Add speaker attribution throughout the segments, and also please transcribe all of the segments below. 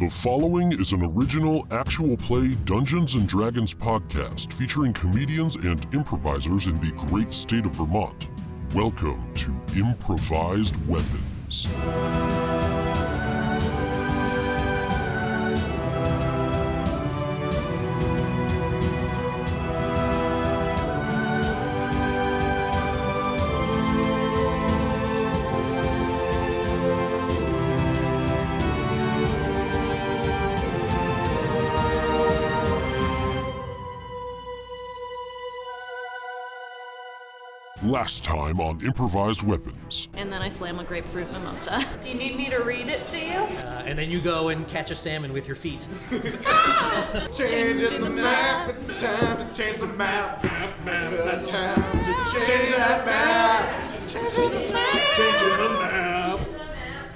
Speaker 1: The following is an original actual play Dungeons and Dragons podcast featuring comedians and improvisers in the great state of Vermont. Welcome to Improvised Weapons. Last time on Improvised Weapons.
Speaker 2: And then I slam a grapefruit mimosa.
Speaker 3: Do you need me to read it to you?
Speaker 4: Uh, and then you go and catch a salmon with your feet.
Speaker 5: Changing the map, it's time to change the map. It's time to change that map. Changing the map. Changing the map.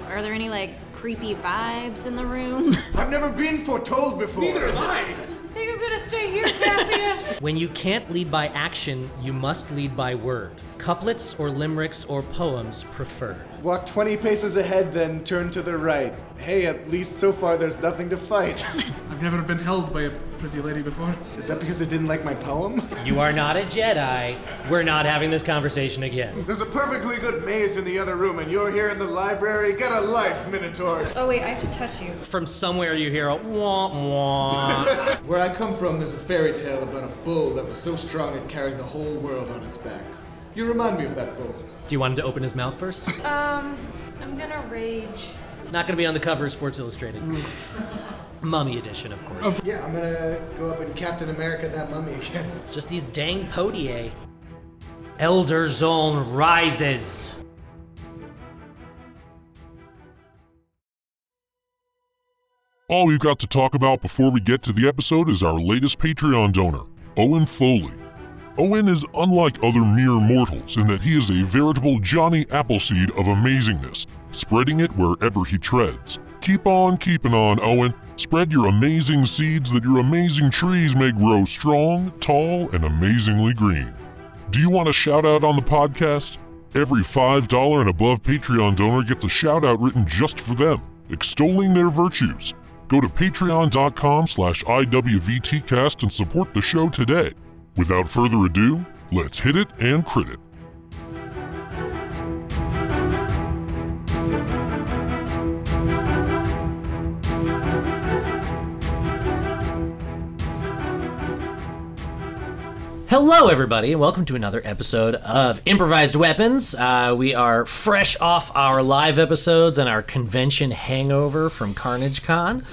Speaker 2: Are there any like creepy vibes in the room?
Speaker 5: I've never been foretold before. Neither have I.
Speaker 3: I think I'm gonna stay here, Cassius.
Speaker 4: When you can't lead by action, you must lead by word. Couplets or limericks or poems preferred.
Speaker 5: Walk 20 paces ahead, then turn to the right. Hey, at least so far there's nothing to fight.
Speaker 6: I've never been held by a pretty lady before.
Speaker 5: Is that because they didn't like my poem?
Speaker 4: You are not a Jedi. We're not having this conversation again.
Speaker 5: There's a perfectly good maze in the other room, and you're here in the library. Get a life, Minotaur.
Speaker 3: oh wait, I have to touch you.
Speaker 4: From somewhere you hear a wah wah.
Speaker 5: Where I come from, there's a fairy tale about a bull that was so strong it carried the whole world on its back. You remind me of that bull.
Speaker 4: Do you want him to open his mouth first?
Speaker 3: Um, I'm gonna rage.
Speaker 4: Not going to be on the cover of Sports Illustrated. Mummy edition, of course.
Speaker 5: Yeah, I'm gonna go up and Captain America that mummy again.
Speaker 4: It's just these dang podiae. Elder Zone rises.
Speaker 1: All we've got to talk about before we get to the episode is our latest Patreon donor, Owen Foley. Owen is unlike other mere mortals in that he is a veritable Johnny Appleseed of amazingness, spreading it wherever he treads. Keep on keeping on, Owen. Spread your amazing seeds that your amazing trees may grow strong, tall, and amazingly green. Do you want a shout out on the podcast? Every $5 and above Patreon donor gets a shout out written just for them, extolling their virtues. Go to patreon.com slash IWVTcast and support the show today. Without further ado, let's hit it and crit it.
Speaker 4: Hello, everybody, and welcome to another episode of Improvised Weapons. Uh, we are fresh off our live episodes and our convention hangover from Carnage Con,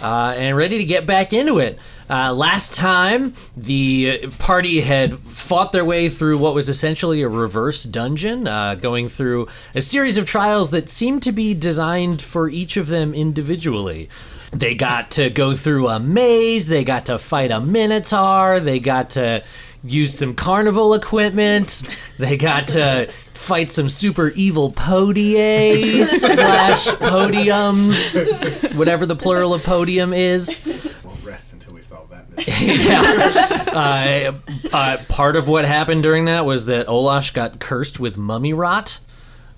Speaker 4: uh, and ready to get back into it. Uh, last time, the party had fought their way through what was essentially a reverse dungeon, uh, going through a series of trials that seemed to be designed for each of them individually. They got to go through a maze, they got to fight a minotaur, they got to use some carnival equipment, they got to fight some super evil podiae slash podiums, whatever the plural of podium is.
Speaker 5: We'll rest until we solve that mystery.
Speaker 4: uh, uh, part of what happened during that was that Olash got cursed with mummy rot.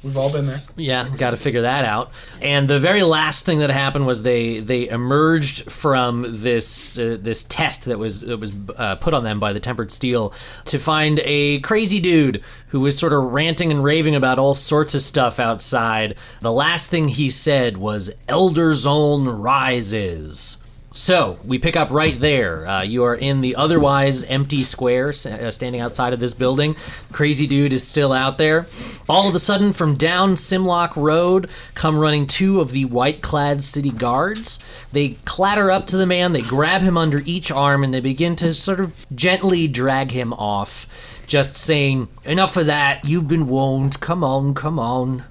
Speaker 6: We've all been there.
Speaker 4: Yeah, got to figure that out. And the very last thing that happened was they they emerged from this uh, this test that was that was uh, put on them by the tempered steel to find a crazy dude who was sort of ranting and raving about all sorts of stuff outside. The last thing he said was "Elder Zone rises." So we pick up right there. Uh, you are in the otherwise empty square, s- uh, standing outside of this building. Crazy dude is still out there. All of a sudden, from down Simlock Road, come running two of the white-clad city guards. They clatter up to the man. They grab him under each arm and they begin to sort of gently drag him off, just saying, "Enough of that. You've been wound. Come on, come on."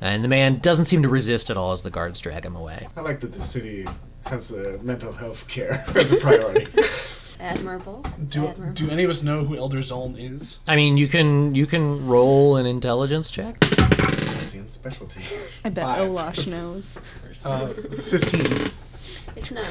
Speaker 4: And the man doesn't seem to resist at all as the guards drag him away.
Speaker 5: I like that the city has uh, mental health care as a priority.
Speaker 2: Admirable.
Speaker 6: Do, do any of us know who Elder Zoln is?
Speaker 4: I mean, you can you can roll an intelligence check.
Speaker 5: Cassian's specialty.
Speaker 7: I bet
Speaker 5: Five.
Speaker 7: Olash knows.
Speaker 6: 15.
Speaker 2: It's not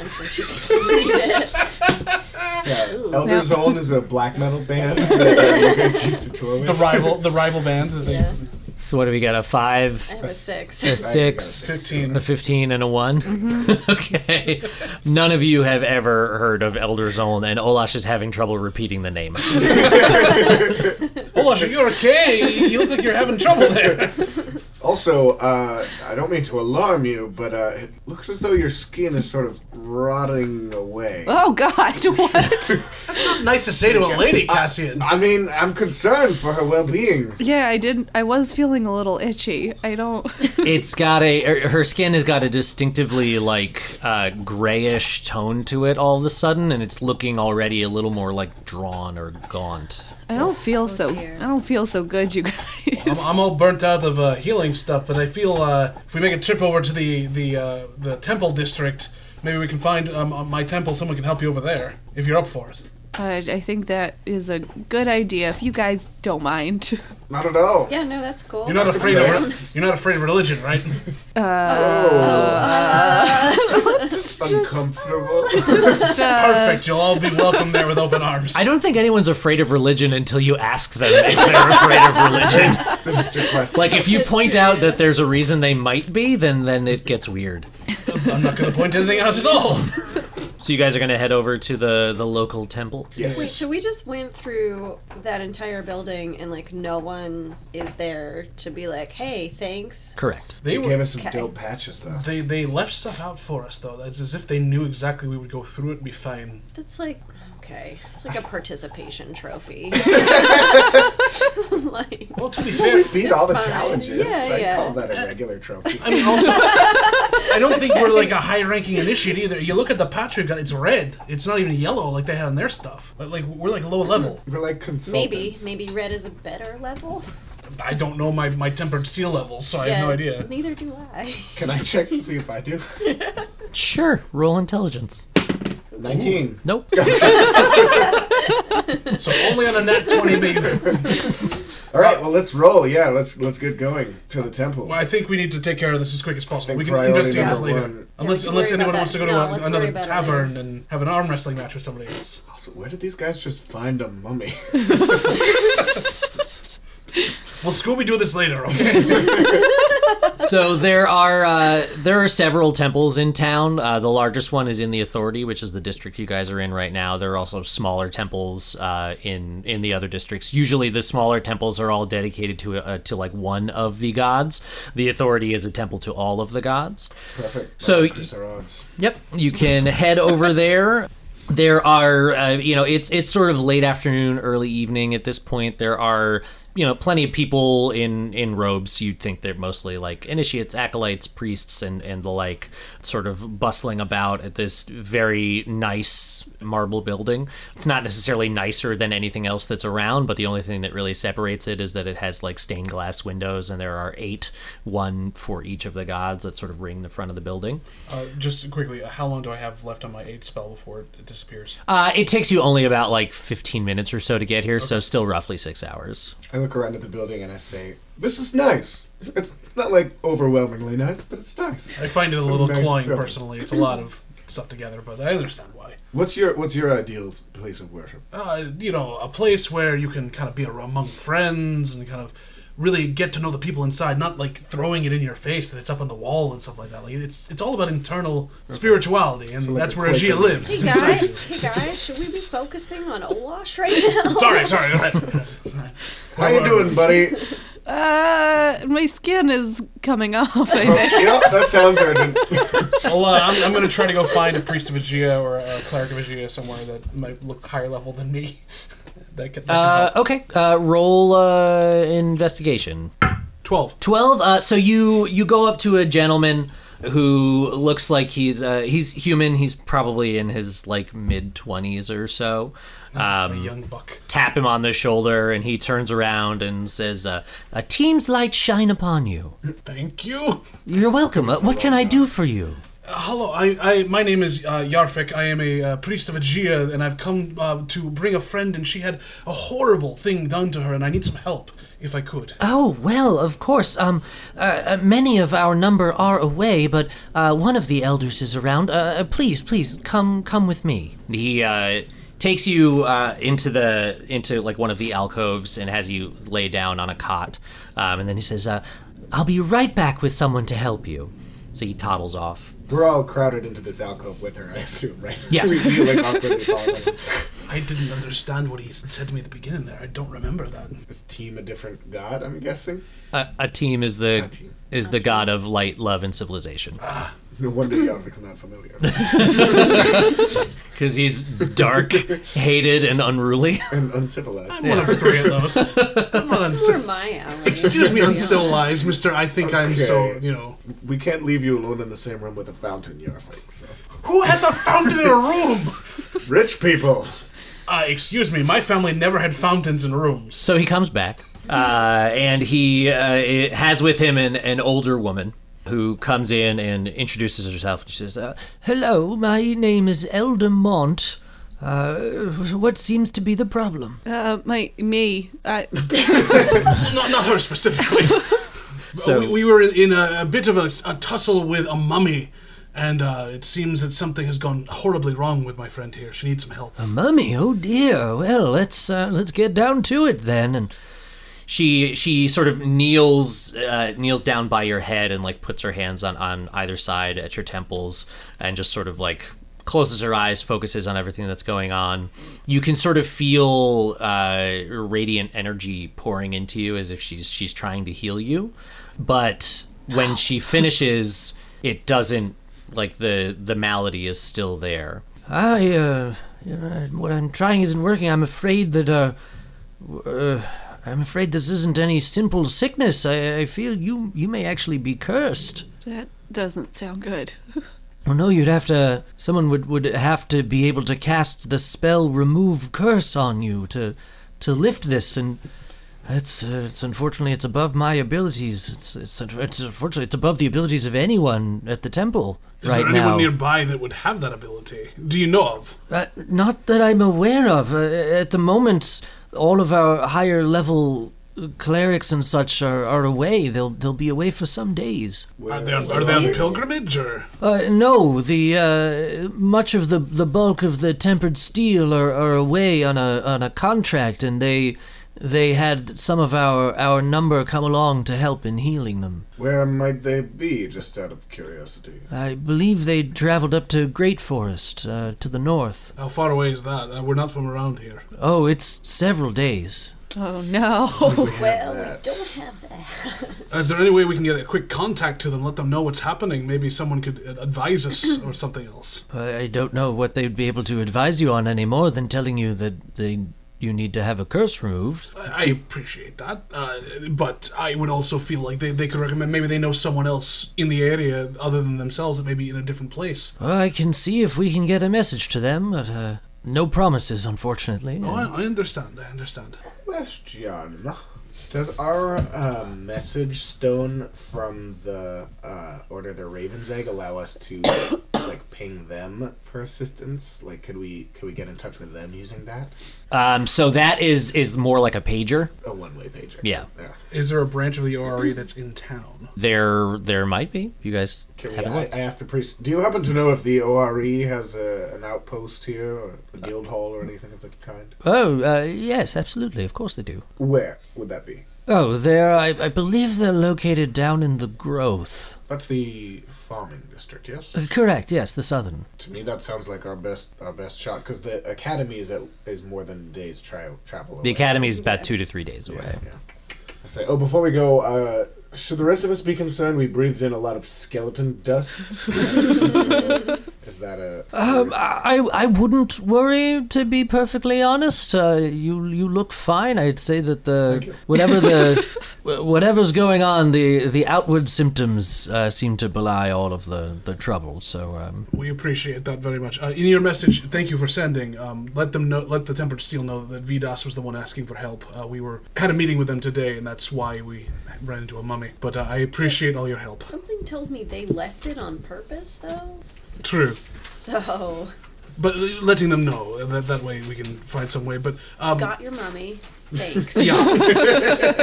Speaker 2: unfortunate.
Speaker 5: Yeah. Elder Zone is a black metal band that uh, you guys used to tour with.
Speaker 6: The rival the rival band. that they-
Speaker 4: So what do we got? A five,
Speaker 7: I have a six.
Speaker 4: a six,
Speaker 6: 15.
Speaker 4: a fifteen, and a one.
Speaker 7: Mm-hmm.
Speaker 4: okay. None of you have ever heard of Elder Zone, and Olash is having trouble repeating the name.
Speaker 6: Olash, you're okay. You look like you're having trouble there.
Speaker 8: Also, uh, I don't mean to alarm you, but uh, it looks as though your skin is sort of rotting away.
Speaker 7: Oh God! What?
Speaker 6: Nice to say to a lady, Cassian.
Speaker 8: I mean, I'm concerned for her well-being.
Speaker 7: yeah, I did. I was feeling a little itchy. I don't.
Speaker 4: It's got a er, her skin has got a distinctively like uh, grayish tone to it all of a sudden, and it's looking already a little more like drawn or gaunt.
Speaker 7: I don't feel so. I don't feel so good, you guys.
Speaker 6: I'm, I'm all burnt out of uh, healing stuff, but I feel uh, if we make a trip over to the the uh, the temple district, maybe we can find um, uh, my temple. Someone can help you over there if you're up for it.
Speaker 7: Uh, I think that is a good idea if you guys don't mind.
Speaker 8: Not at all.
Speaker 7: Yeah, no, that's cool.
Speaker 6: You're not afraid of re- you're not afraid of religion, right?
Speaker 7: Oh.
Speaker 8: Uncomfortable.
Speaker 6: Perfect. You'll all be welcome there with open arms.
Speaker 4: Uh, I don't think anyone's afraid of religion until you ask them if they're afraid of religion.
Speaker 8: Sinister question.
Speaker 4: Like if you point out that there's a reason they might be, then then it gets weird.
Speaker 6: I'm not going to point anything out at all.
Speaker 4: So you guys are gonna head over to the the local temple.
Speaker 7: Wait, so we just went through that entire building and like no one is there to be like, hey, thanks.
Speaker 4: Correct.
Speaker 6: They
Speaker 8: Gave
Speaker 6: were,
Speaker 8: us some dope patches, though.
Speaker 6: they they left stuff out for us though. It's as if they knew exactly we would go through it and be fine.
Speaker 7: That's like, okay, it's like a participation trophy. like,
Speaker 6: Well, to be fair,
Speaker 8: Beat all the
Speaker 7: fine.
Speaker 8: challenges.
Speaker 7: Yeah,
Speaker 8: I
Speaker 7: yeah.
Speaker 8: call that a regular trophy.
Speaker 6: I mean, also, I don't think we're like a high-ranking initiate either. You look at the patch we've got; it's red. It's not even yellow like they had on their stuff. But like, we're like low level.
Speaker 8: We're like
Speaker 7: maybe,
Speaker 8: consultants.
Speaker 7: maybe red is a better level.
Speaker 6: I don't know my my tempered steel levels, so I have no
Speaker 7: Yeah,
Speaker 6: idea.
Speaker 7: Neither do I.
Speaker 8: Can I check to see if I do?
Speaker 4: Sure. Roll intelligence.
Speaker 8: 19.
Speaker 4: Nope.
Speaker 6: So only on a nat twenty, maybe.
Speaker 8: All right, well let's roll. Yeah, let's let's get going to the temple.
Speaker 6: Well, I think we need to take care of this as quick as possible.
Speaker 8: Think
Speaker 6: We can
Speaker 8: priority
Speaker 6: investigate this
Speaker 8: number
Speaker 6: later.
Speaker 8: one.
Speaker 6: Unless unless
Speaker 7: Yeah, we can worry
Speaker 6: anyone
Speaker 7: about
Speaker 6: wants to
Speaker 7: that.
Speaker 6: go to
Speaker 7: No,
Speaker 6: a,
Speaker 7: let's
Speaker 6: another
Speaker 7: worry about it
Speaker 6: tavern and have an arm wrestling match with somebody else.
Speaker 8: Also, where did these guys just find a mummy?
Speaker 6: Well, Scooby do this later, okay?
Speaker 4: so there are uh, there are several temples in town. Uh, the largest one is in the Authority, which is the district you guys are in right now. There are also smaller temples uh, in in the other districts. Usually, the smaller temples are all dedicated to uh, to like one of the gods. The Authority is a temple to all of the gods.
Speaker 8: Perfect.
Speaker 4: So-
Speaker 8: Markers are odds.
Speaker 4: Yep, you can head over there. There are, uh, you know, it's it's sort of late afternoon, early evening at this point. There are, you know, plenty of people in in robes. You'd think they're mostly like initiates, acolytes, priests, and and the like, sort of bustling about at this very nice marble building. It's not necessarily nicer than anything else that's around, but the only thing that really separates it is that it has like stained glass windows, and there are eight, one for each of the gods that sort of ring the front of the building.
Speaker 6: uh, just quickly, uh, how long do I have left on my eight spell before it, it disappears?
Speaker 4: Uh, it takes you only about like 15 minutes or so to get here, so still roughly six hours.
Speaker 8: I look around at the building and I say, "This is nice. It's not like overwhelmingly nice, but it's nice."
Speaker 6: I find it a little
Speaker 8: nice
Speaker 6: cloying
Speaker 8: building.
Speaker 6: personally. It's a lot of stuff together, but I understand why.
Speaker 8: What's your What's your ideal place of worship?
Speaker 6: Uh, you know, a place where you can kind of be ar- among friends and kind of really get to know the people inside, not like throwing it in your face that it's up on the wall and stuff like that. Like it's it's all about internal spirituality, and
Speaker 8: like
Speaker 6: that's
Speaker 8: a
Speaker 6: where
Speaker 8: Quaker
Speaker 6: Agia
Speaker 7: Hey
Speaker 6: lives.
Speaker 7: guys, hey guys, should we be focusing on Olash right now?
Speaker 6: sorry, sorry. go ahead.
Speaker 8: How you doing, buddy?
Speaker 9: Uh, my skin is coming off. I think.
Speaker 8: yep, that sounds urgent.
Speaker 6: Well, uh, I'm, I'm going to try to go find a priest of Aegea or a cleric of Aegea somewhere that might look higher level than me. that could, that could
Speaker 4: Uh,
Speaker 6: help.
Speaker 4: okay, uh, roll uh, investigation.
Speaker 6: 12.
Speaker 4: 12 uh, so you you go up to a gentleman who looks like he's uh, he's human he's probably in his like mid 20s or so um,
Speaker 6: Young buck.
Speaker 4: tap him on the shoulder and he turns around and says uh, a team's light shine upon you
Speaker 6: Thank you.
Speaker 4: you're welcome uh, what can i do for you
Speaker 6: Hello, I, I my name is uh, Yarfik. I am a uh, priest of Aegea, and I've come uh, to bring a friend, and she had a horrible thing done to her, and I need some help, if I could.
Speaker 4: Oh well, of course. Um, uh, uh, many of our number are away, but uh, one of the elders is around. Uh, uh, please, please come, come with me. He uh, takes you uh, into the into like one of the alcoves and has you lay down on a cot, um, and then he says, uh, "I'll be right back with someone to help you." So he toddles off.
Speaker 8: We're all crowded into this alcove with her, I assume, right?
Speaker 4: Yes.
Speaker 8: we, we, like, awkwardly follow.
Speaker 6: I didn't understand what he said to me at the beginning there. I don't remember that.
Speaker 8: Is team a different god? I'm guessing.
Speaker 4: A, a team is the
Speaker 8: team.
Speaker 4: is the god of light, love, and civilization
Speaker 8: No wonder Yavik's not familiar.
Speaker 4: because he's dark, hated, and unruly.
Speaker 8: and uncivilized.
Speaker 6: One of three of those. I'm not
Speaker 7: Where
Speaker 6: unci-
Speaker 7: my alley?
Speaker 6: Excuse me, uncivilized, Mister. I think I'm so.
Speaker 8: Okay.
Speaker 6: You know,
Speaker 8: We can't leave you alone in the same room with a fountain, Yavik. So.
Speaker 6: who has a fountain in a room?
Speaker 8: Rich people.
Speaker 6: Uh, excuse me, my family never had fountains in rooms.
Speaker 4: So he comes back, uh, and he uh, i- has with him an, an older woman who comes in and introduces herself. She says, uh, "Hello, my name is Elder Mont. Uh, what seems to be the problem?"
Speaker 9: Uh, my me. I,
Speaker 6: Not, not her specifically.
Speaker 4: So-
Speaker 6: Uh, we, we were in, in a, a bit of a, s- a tussle with a mummy, and uh, it seems that something has gone horribly wrong with my friend here. She needs some help.
Speaker 4: Mummy, oh dear. Well, let's uh, let's get down to it then. And she she sort of kneels uh, kneels down by your head and like puts her hands on on either side at your temples and just sort of like closes her eyes, focuses on everything that's going on. You can sort of feel uh, radiant energy pouring into you as if she's she's trying to heal you, but when she finishes, it doesn't like the the malady is still there. I, uh, you know, what I'm trying isn't working. I'm afraid that, uh, w- uh, I'm afraid this isn't any simple sickness. I, I feel you, you may actually be cursed.
Speaker 9: that doesn't sound good.
Speaker 4: Well, no, you'd have to, someone would, would have to be able to cast the spell remove curse on you to, to lift this and, it's, uh, it's unfortunately it's above my abilities. It's, it's it's unfortunately it's above the abilities of anyone at the temple
Speaker 6: Is
Speaker 4: right
Speaker 6: there
Speaker 4: now.
Speaker 6: anyone nearby that would have that ability? Do you know of?
Speaker 4: Uh, not that I'm aware of. Uh, at the moment, all of our higher level clerics and such are, are away. They'll they'll be away for some days.
Speaker 6: Are they on, are they on pilgrimage or?
Speaker 4: Uh, no, the uh, much of the the bulk of the tempered steel are, are away on a on a contract, and they they had some of our our number come along to help in healing them.
Speaker 8: Where might they be, just out of curiosity?
Speaker 4: I believe they traveled up to Great Forest uh, to the north.
Speaker 6: How far away is that? Uh, we're not from around here.
Speaker 4: Oh, it's several days.
Speaker 9: Oh no.
Speaker 7: Well, we don't have that.
Speaker 6: Is there any way we can get a quick contact to them, let them know what's happening? Maybe someone could uh, advise us or something else.
Speaker 4: I I don't know what they'd be able to advise you on any more than telling you that they you need to have a curse removed.
Speaker 6: I I appreciate that, uh, but I would also feel like they, they could recommend maybe they know someone else in the area other than themselves that may be in a different place.
Speaker 4: Well, I can see if we can get a message to them, but uh, no promises, unfortunately.
Speaker 6: Oh, I, I understand, I understand.
Speaker 8: Question. Does our uh, message stone from the uh, Order of the Raven's Egg allow us to like ping them for assistance? Like, could we could we get in touch with them using that?
Speaker 4: Um, so that is is more like a pager.
Speaker 8: A one way pager.
Speaker 4: Yeah.
Speaker 6: Is there a branch of the ORE that's in town?
Speaker 4: There there might be. You guys
Speaker 8: Can we, I, I asked the priest. Do you happen to know if the ORE has a, an outpost here, or a guild hall, or anything of the kind?
Speaker 4: Oh uh, yes, absolutely. Of course they do.
Speaker 8: Where would that be?
Speaker 4: Oh, they're I, I believe they're located down in the growth.
Speaker 8: That's the farming district, yes.
Speaker 4: Uh, correct. Yes, the southern.
Speaker 8: to me, that sounds like our best our best shot because the academy is at, is more than a day's tri- travel.
Speaker 4: The
Speaker 8: away.
Speaker 4: academy is about two to three days away.
Speaker 8: I say, oh, before we go, uh, should the rest of us be concerned? We breathed in a lot of skeleton dust. is that a?
Speaker 4: Um, I, I wouldn't worry to be perfectly honest. Uh, you you look fine. I'd say that the whatever the wh- whatever's going on, the the outward symptoms uh, seem to belie all of the the trouble. So um,
Speaker 6: We appreciate that very much. Uh, in your message, thank you for sending. Um, let them know, let the Tempered Steel know that Vidas was the one asking for help. Uh, we were had a meeting with them today, and that's why we ran into a mummy. But uh, I appreciate all your help.
Speaker 7: Something tells me they left it on purpose, though.
Speaker 6: True,
Speaker 7: So,
Speaker 6: but uh, letting them know uh, that that way we can find some way. But um,
Speaker 7: got your mummy. Thanks.
Speaker 6: Yeah.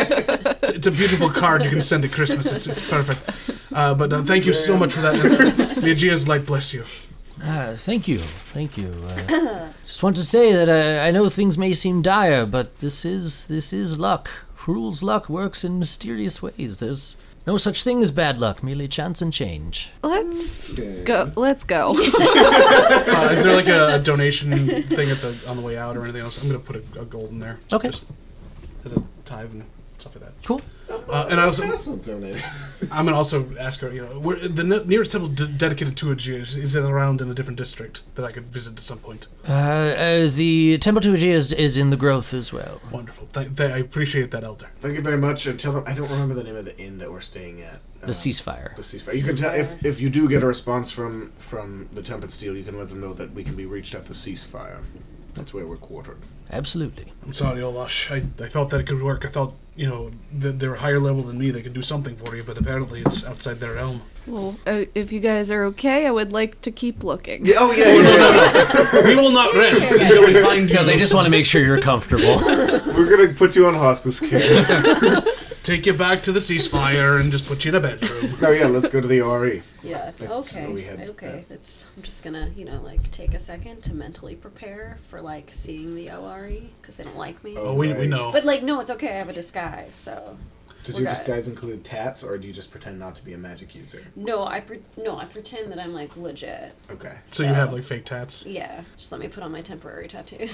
Speaker 6: it's, it's a beautiful card you can send at Christmas. uh, It's, it's perfect. Uh, but uh, thank you so much for that. May Gia's light bless you.
Speaker 4: uh, Uh, thank you, thank you. Uh, just want to say that uh, I, I know things may seem dire, but this is this is luck. Cruel's luck works in mysterious ways. There's no such thing as bad luck, merely chance and change.
Speaker 9: Let's go. Let's go.
Speaker 6: Uh, is there like a donation thing at the on the way out or anything else? I'm gonna put a, a gold in there.
Speaker 4: Okay.
Speaker 6: Just as a tithe and stuff like that.
Speaker 4: Cool.
Speaker 6: Uh, and I also,
Speaker 8: Castle donated.
Speaker 6: I'm gonna also ask her. You know, where, the ne- nearest temple d- dedicated to a Jew is, is it around in a different district that I could visit at some point?
Speaker 4: Uh, uh, the temple to Aegea is, is in the growth as well.
Speaker 6: Wonderful. Th- th- I appreciate that, Elder.
Speaker 8: Thank you very much. And tell them I don't remember the name of the inn that we're staying at.
Speaker 4: The
Speaker 8: Uh,
Speaker 4: ceasefire.
Speaker 8: The ceasefire. You can tell if, if you do get a response from from the Tempest Steel, you can let them know that we can be reached at the ceasefire. That's where we're quartered.
Speaker 4: Absolutely.
Speaker 6: I'm sorry, Olash. I, I thought that could work. I thought you know that they're higher level than me. They could do something for you, but apparently it's outside their realm.
Speaker 9: well, uh, if you guys are okay, I would like to keep looking.
Speaker 8: Oh yeah, yeah, yeah,
Speaker 6: we will not rest until we find you.
Speaker 4: No, they just want to make sure you're comfortable.
Speaker 8: yeah. we're gonna put you on hospice care.
Speaker 6: take you back to the ceasefire and just put you in a bedroom.
Speaker 8: no, Oh, yeah, let's go to the E. RE.
Speaker 7: Yeah. Okay.
Speaker 8: we had
Speaker 7: okay. It's. I'm just gonna, you know, like take a second to mentally prepare for like seeing the ORE because they don't like me.
Speaker 6: Oh, we, we know.
Speaker 7: But like, no, it's okay. I have a disguise, so
Speaker 8: Does
Speaker 7: We're
Speaker 8: your
Speaker 7: good.
Speaker 8: disguise include tats, or do you just pretend not to be a magic user?
Speaker 7: no, I pre- no, I pretend that I'm like legit.
Speaker 8: Okay.
Speaker 6: So you have like fake tats.
Speaker 7: Yeah. Just let me put on my temporary tattoos.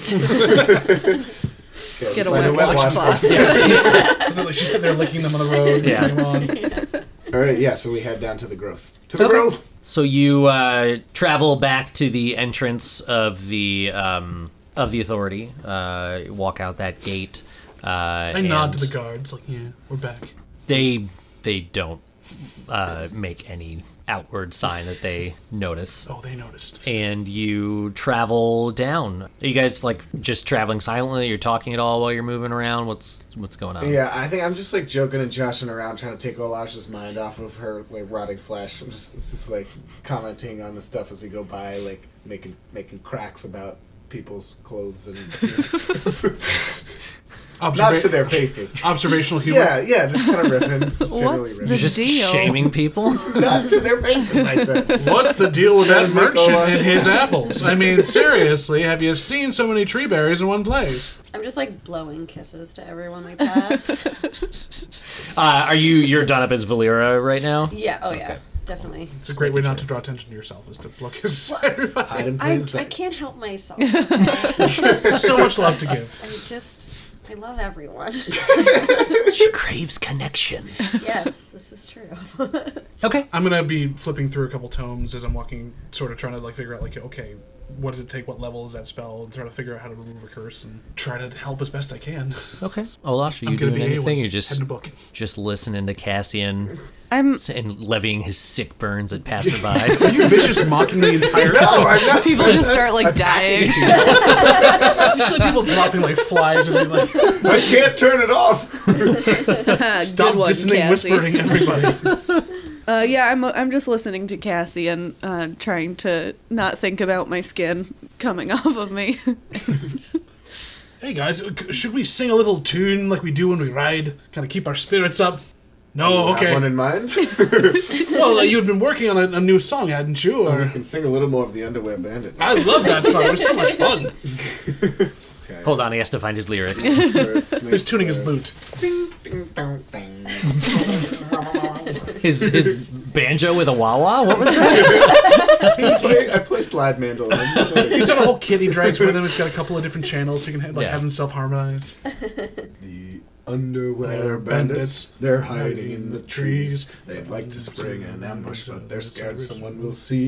Speaker 8: Let's
Speaker 9: get a wet washcloth.
Speaker 6: So, like, she's sitting there licking them on the road.
Speaker 4: Yeah.
Speaker 6: putting them on.
Speaker 8: All right, yeah. So we head down to the growth. To the growth.
Speaker 4: So you uh, travel back to the entrance of the um, of the authority. Uh, walk out that gate. Uh,
Speaker 6: I nod to the guards, like, yeah, we're back.
Speaker 4: They they don't uh, make any outward sign that they notice.
Speaker 6: Oh, they noticed.
Speaker 4: And you travel down. Are you guys like just traveling silently? You're talking at all while you're moving around. What's what's going on?
Speaker 8: Yeah, I think I'm just like joking and joshing around, trying to take Olash's mind off of her like rotting flesh. I'm just just like commenting on the stuff as we go by, like making making cracks about people's clothes and
Speaker 6: Observa-
Speaker 8: not to their faces.
Speaker 6: Observational humor.
Speaker 8: Yeah, yeah, just kind of riffing, just generally
Speaker 9: What's the
Speaker 8: riffing.
Speaker 4: You're just
Speaker 9: deal?
Speaker 4: shaming people.
Speaker 8: Not to their faces, I said.
Speaker 6: What's the deal with that
Speaker 8: Just gotta make
Speaker 6: merchant
Speaker 8: a lot.
Speaker 6: and his apples? I mean, seriously, have you seen so many tree berries in one place?
Speaker 7: I'm just like blowing kisses to everyone we pass.
Speaker 4: Uh, are you you're done up as Valera right now?
Speaker 7: yeah. Oh yeah. Definitely.
Speaker 6: It's a great way not to draw attention to yourself is to blow kisses at everybody.
Speaker 8: Hide in
Speaker 7: I,
Speaker 8: plain
Speaker 7: I
Speaker 8: sight.
Speaker 7: can't help myself.
Speaker 6: There's so much love to give.
Speaker 7: I just. I love everyone.
Speaker 4: She craves connection.
Speaker 7: yes, this is true.
Speaker 4: Okay.
Speaker 6: I'm gonna be flipping through a couple tomes as I'm walking, sort of trying to like figure out like, okay, what does it take? What level is that spell? And try to figure out how to remove a curse and try to help as best I can.
Speaker 4: Okay. Olash, are you
Speaker 6: I'm gonna
Speaker 4: doing
Speaker 6: be
Speaker 4: anything?
Speaker 6: anyone.
Speaker 4: You're
Speaker 6: Head
Speaker 4: just
Speaker 6: to book.
Speaker 4: just listening to Cassian
Speaker 9: I'm.
Speaker 4: s- and levying his sick burns at passerby.
Speaker 6: You vicious mocking the entire.
Speaker 8: Oh, I'm not.
Speaker 9: People just start like dying.
Speaker 6: Usually people dropping like flies as they like
Speaker 8: I can't turn it off.
Speaker 6: stop
Speaker 9: Good one,
Speaker 6: dissonant
Speaker 9: Cassie.
Speaker 6: whispering everybody.
Speaker 9: Uh, yeah, I'm. I'm just listening to Cassie and uh, trying to not think about my skin coming off of me.
Speaker 6: hey guys, uh, should we sing a little tune like we do when we ride? Kind of keep our spirits up. No,
Speaker 8: Have one
Speaker 6: Oh, okay.
Speaker 8: in mind.
Speaker 6: Well, uh, you had been working on a, a new song, hadn't you?
Speaker 8: We
Speaker 4: Um,
Speaker 6: Or
Speaker 8: can sing a little more of the Underwear Bandits.
Speaker 6: I love that song. It was so much fun.
Speaker 8: Okay.
Speaker 4: Hold on, he has to find his lyrics.
Speaker 6: Who's tuning his lute?
Speaker 4: His his banjo with a wah wah. What was that?
Speaker 8: I play, I play slide mandolin.
Speaker 6: He's got a whole kit he drags with him. It's got a couple of different channels. He can have, like
Speaker 4: Yeah.
Speaker 6: have himself harmonize.
Speaker 8: The underwear bandits, they're hiding in the trees. They'd like to spring an ambush, but they're scared someone will see.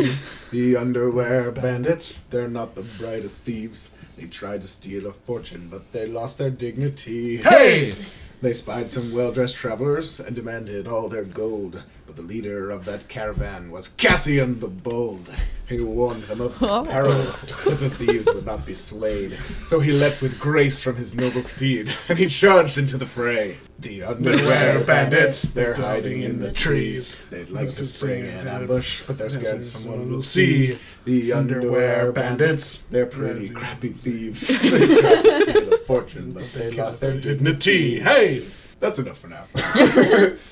Speaker 8: The underwear bandits, they're not the brightest thieves. They tried to steal a fortune, but they lost their dignity.
Speaker 6: Hey,
Speaker 8: They spied some well dressed travelers and demanded all their gold. But the leader of that caravan was Cassian the Bold. He warned them of the peril that the thieves would not be swayed. So he leapt with grace from his noble steed, and he charged into the fray. The underwear bandits, they're hiding in the trees. They'd like to spring an ambush, but they're scared someone will see. The underwear bandits, they're pretty crappy thieves. They tried to steal a fortune, but they lost their
Speaker 6: dignity.
Speaker 8: dignity.
Speaker 6: Hey,
Speaker 8: That's enough for now.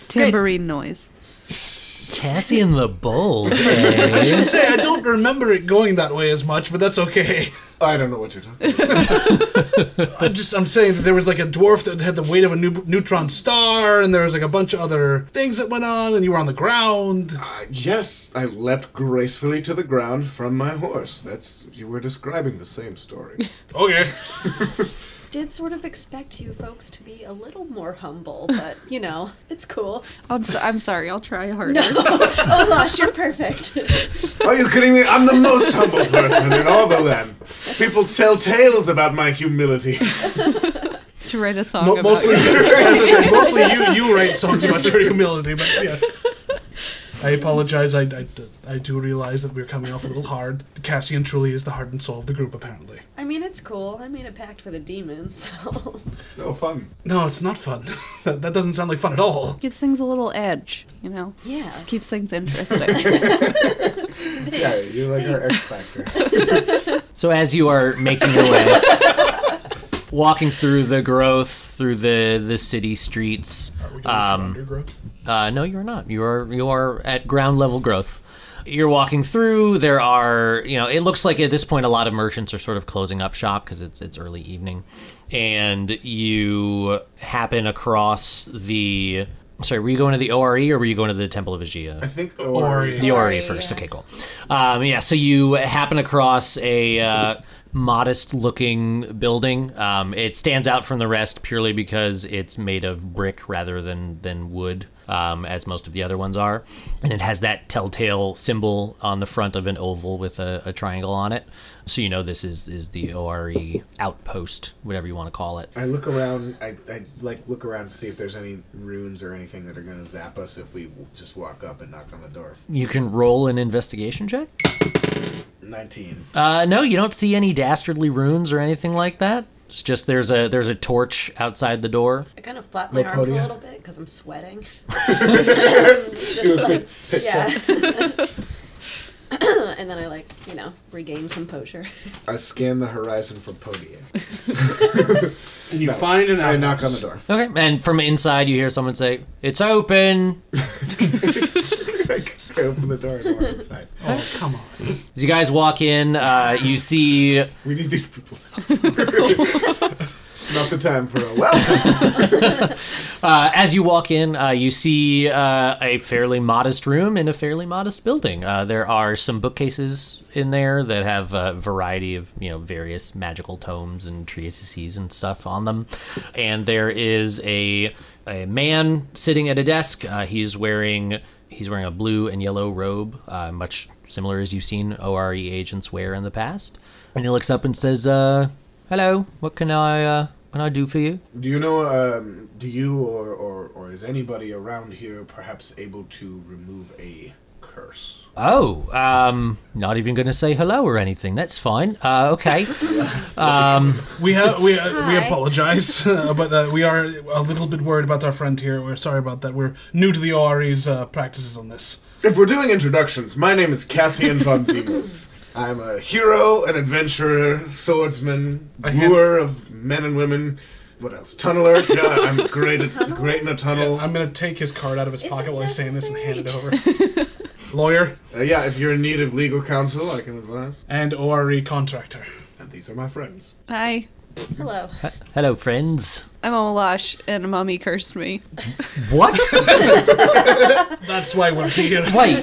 Speaker 9: Tambourine noise.
Speaker 4: Cassie in the Bold. eh?
Speaker 6: I was gonna say I don't remember it going that way as much, but that's okay.
Speaker 8: I don't know what you're talking. about.
Speaker 6: I'm just I'm saying that there was like a dwarf that had the weight of a nu- neutron star, and there was like a bunch of other things that went on, and you were on the ground.
Speaker 8: Uh, yes, I leapt gracefully to the ground from my horse. That's you were describing the same story.
Speaker 6: Okay,
Speaker 7: Did sort of expect you folks to be a little more humble, but you know, it's cool.
Speaker 9: I'm, so, I'm sorry, I'll try harder.
Speaker 7: Oh gosh, you're perfect.
Speaker 8: Are you kidding me? I'm the most humble person in all the land. People tell tales about my humility.
Speaker 9: To write a song
Speaker 6: Mo-
Speaker 9: about
Speaker 6: mostly,
Speaker 9: you.
Speaker 6: as I said, mostly you you write songs about your humility, but yeah. I apologize. I, I, I do realize that we're coming off a little hard. Cassian truly is the heart and soul of the group, apparently.
Speaker 7: I mean, it's cool. I made a pact with a demon, so
Speaker 8: No Oh, fun.
Speaker 6: No, it's not fun. that, that doesn't sound like fun at all.
Speaker 9: Gives things a little edge, you know?
Speaker 7: yeah.
Speaker 9: Just keeps things interesting.
Speaker 8: Yeah, you're like our X Factor.
Speaker 4: So as you are making your way, walking through the growth, through the the city streets. Um, Uh, no, you're not. You are you are at ground level growth. You're walking through. There are you know. It looks like at this point a lot of merchants are sort of closing up shop because it's it's early evening, and you happen across the. Sorry, were you going to the ORE or were you going to the Temple of Aegea?
Speaker 8: I think or
Speaker 4: The Ori first. Okay, cool. Um, yeah, so you happen across a uh, modest-looking building. Um, it stands out from the rest purely because it's made of brick rather than than wood, um, as most of the other ones are, and it has that telltale symbol on the front of an oval with a, a triangle on it. So you know this is is the Ore outpost, whatever you want to call it.
Speaker 8: I look around. I, I like look around to see if there's any runes or anything that are gonna zap us if we w- just walk up and knock on the door.
Speaker 4: You can roll an investigation check.
Speaker 8: Nineteen.
Speaker 4: Uh, no, you don't see any dastardly runes or anything like that. It's just there's a there's a torch outside the door.
Speaker 7: I kind of flap my
Speaker 8: No
Speaker 7: arms a
Speaker 8: podium.
Speaker 7: little bit because I'm sweating. Just- just like- yeah. and then I like, you know, regain composure.
Speaker 8: I scan the horizon for Podia.
Speaker 6: And you find an
Speaker 8: I knock on the door.
Speaker 4: Okay, and from inside you hear someone say, "It's open."
Speaker 8: I open the door and walk inside.
Speaker 6: Oh come on!
Speaker 4: As you guys walk in, uh, you see
Speaker 8: We need these people's house. it's not the time for a welcome.
Speaker 4: uh, as you walk in, uh, you see uh, a fairly modest room in a fairly modest building. Uh, there are some bookcases in there that have a variety of you know various magical tomes and treatises and stuff on them, and there is a a man sitting at a desk. Uh, he's wearing he's wearing a blue and yellow robe, uh, much similar as you've seen ORE agents wear in the past. And he looks up and says, uh, "Hello, what can I uh, can I do for you?"
Speaker 8: Do you know? Um, do you or, or or is anybody around here perhaps able to remove a curse?
Speaker 4: Oh, um, not even going to say hello or anything. That's fine. Uh, okay. um,
Speaker 6: We have we uh, we
Speaker 2: Hi.
Speaker 6: apologize, uh, but uh, we are a little bit worried about our friend here. We're sorry about that. We're new to the ORE's uh, practices on this.
Speaker 8: If we're doing introductions, my name is Cassian von Dimas. I'm a hero, an adventurer, swordsman,
Speaker 6: hand-
Speaker 8: wooer of men and women. What else? Tunneler. Yeah, I'm great at great in a tunnel.
Speaker 6: I'm gonna take his card out of his
Speaker 7: Is
Speaker 6: pocket
Speaker 7: it
Speaker 6: while he's saying this and hand it over.
Speaker 7: necessary?
Speaker 6: Lawyer
Speaker 8: Uh, yeah, if you're in need of legal counsel, I can advise.
Speaker 6: and ORE contractor.
Speaker 8: And these are my friends.
Speaker 9: Hi,
Speaker 7: Hello.
Speaker 4: hello, friends.
Speaker 9: I'm Omalash, and mommy cursed me.
Speaker 4: What?
Speaker 6: That's why we're here.
Speaker 4: Wait.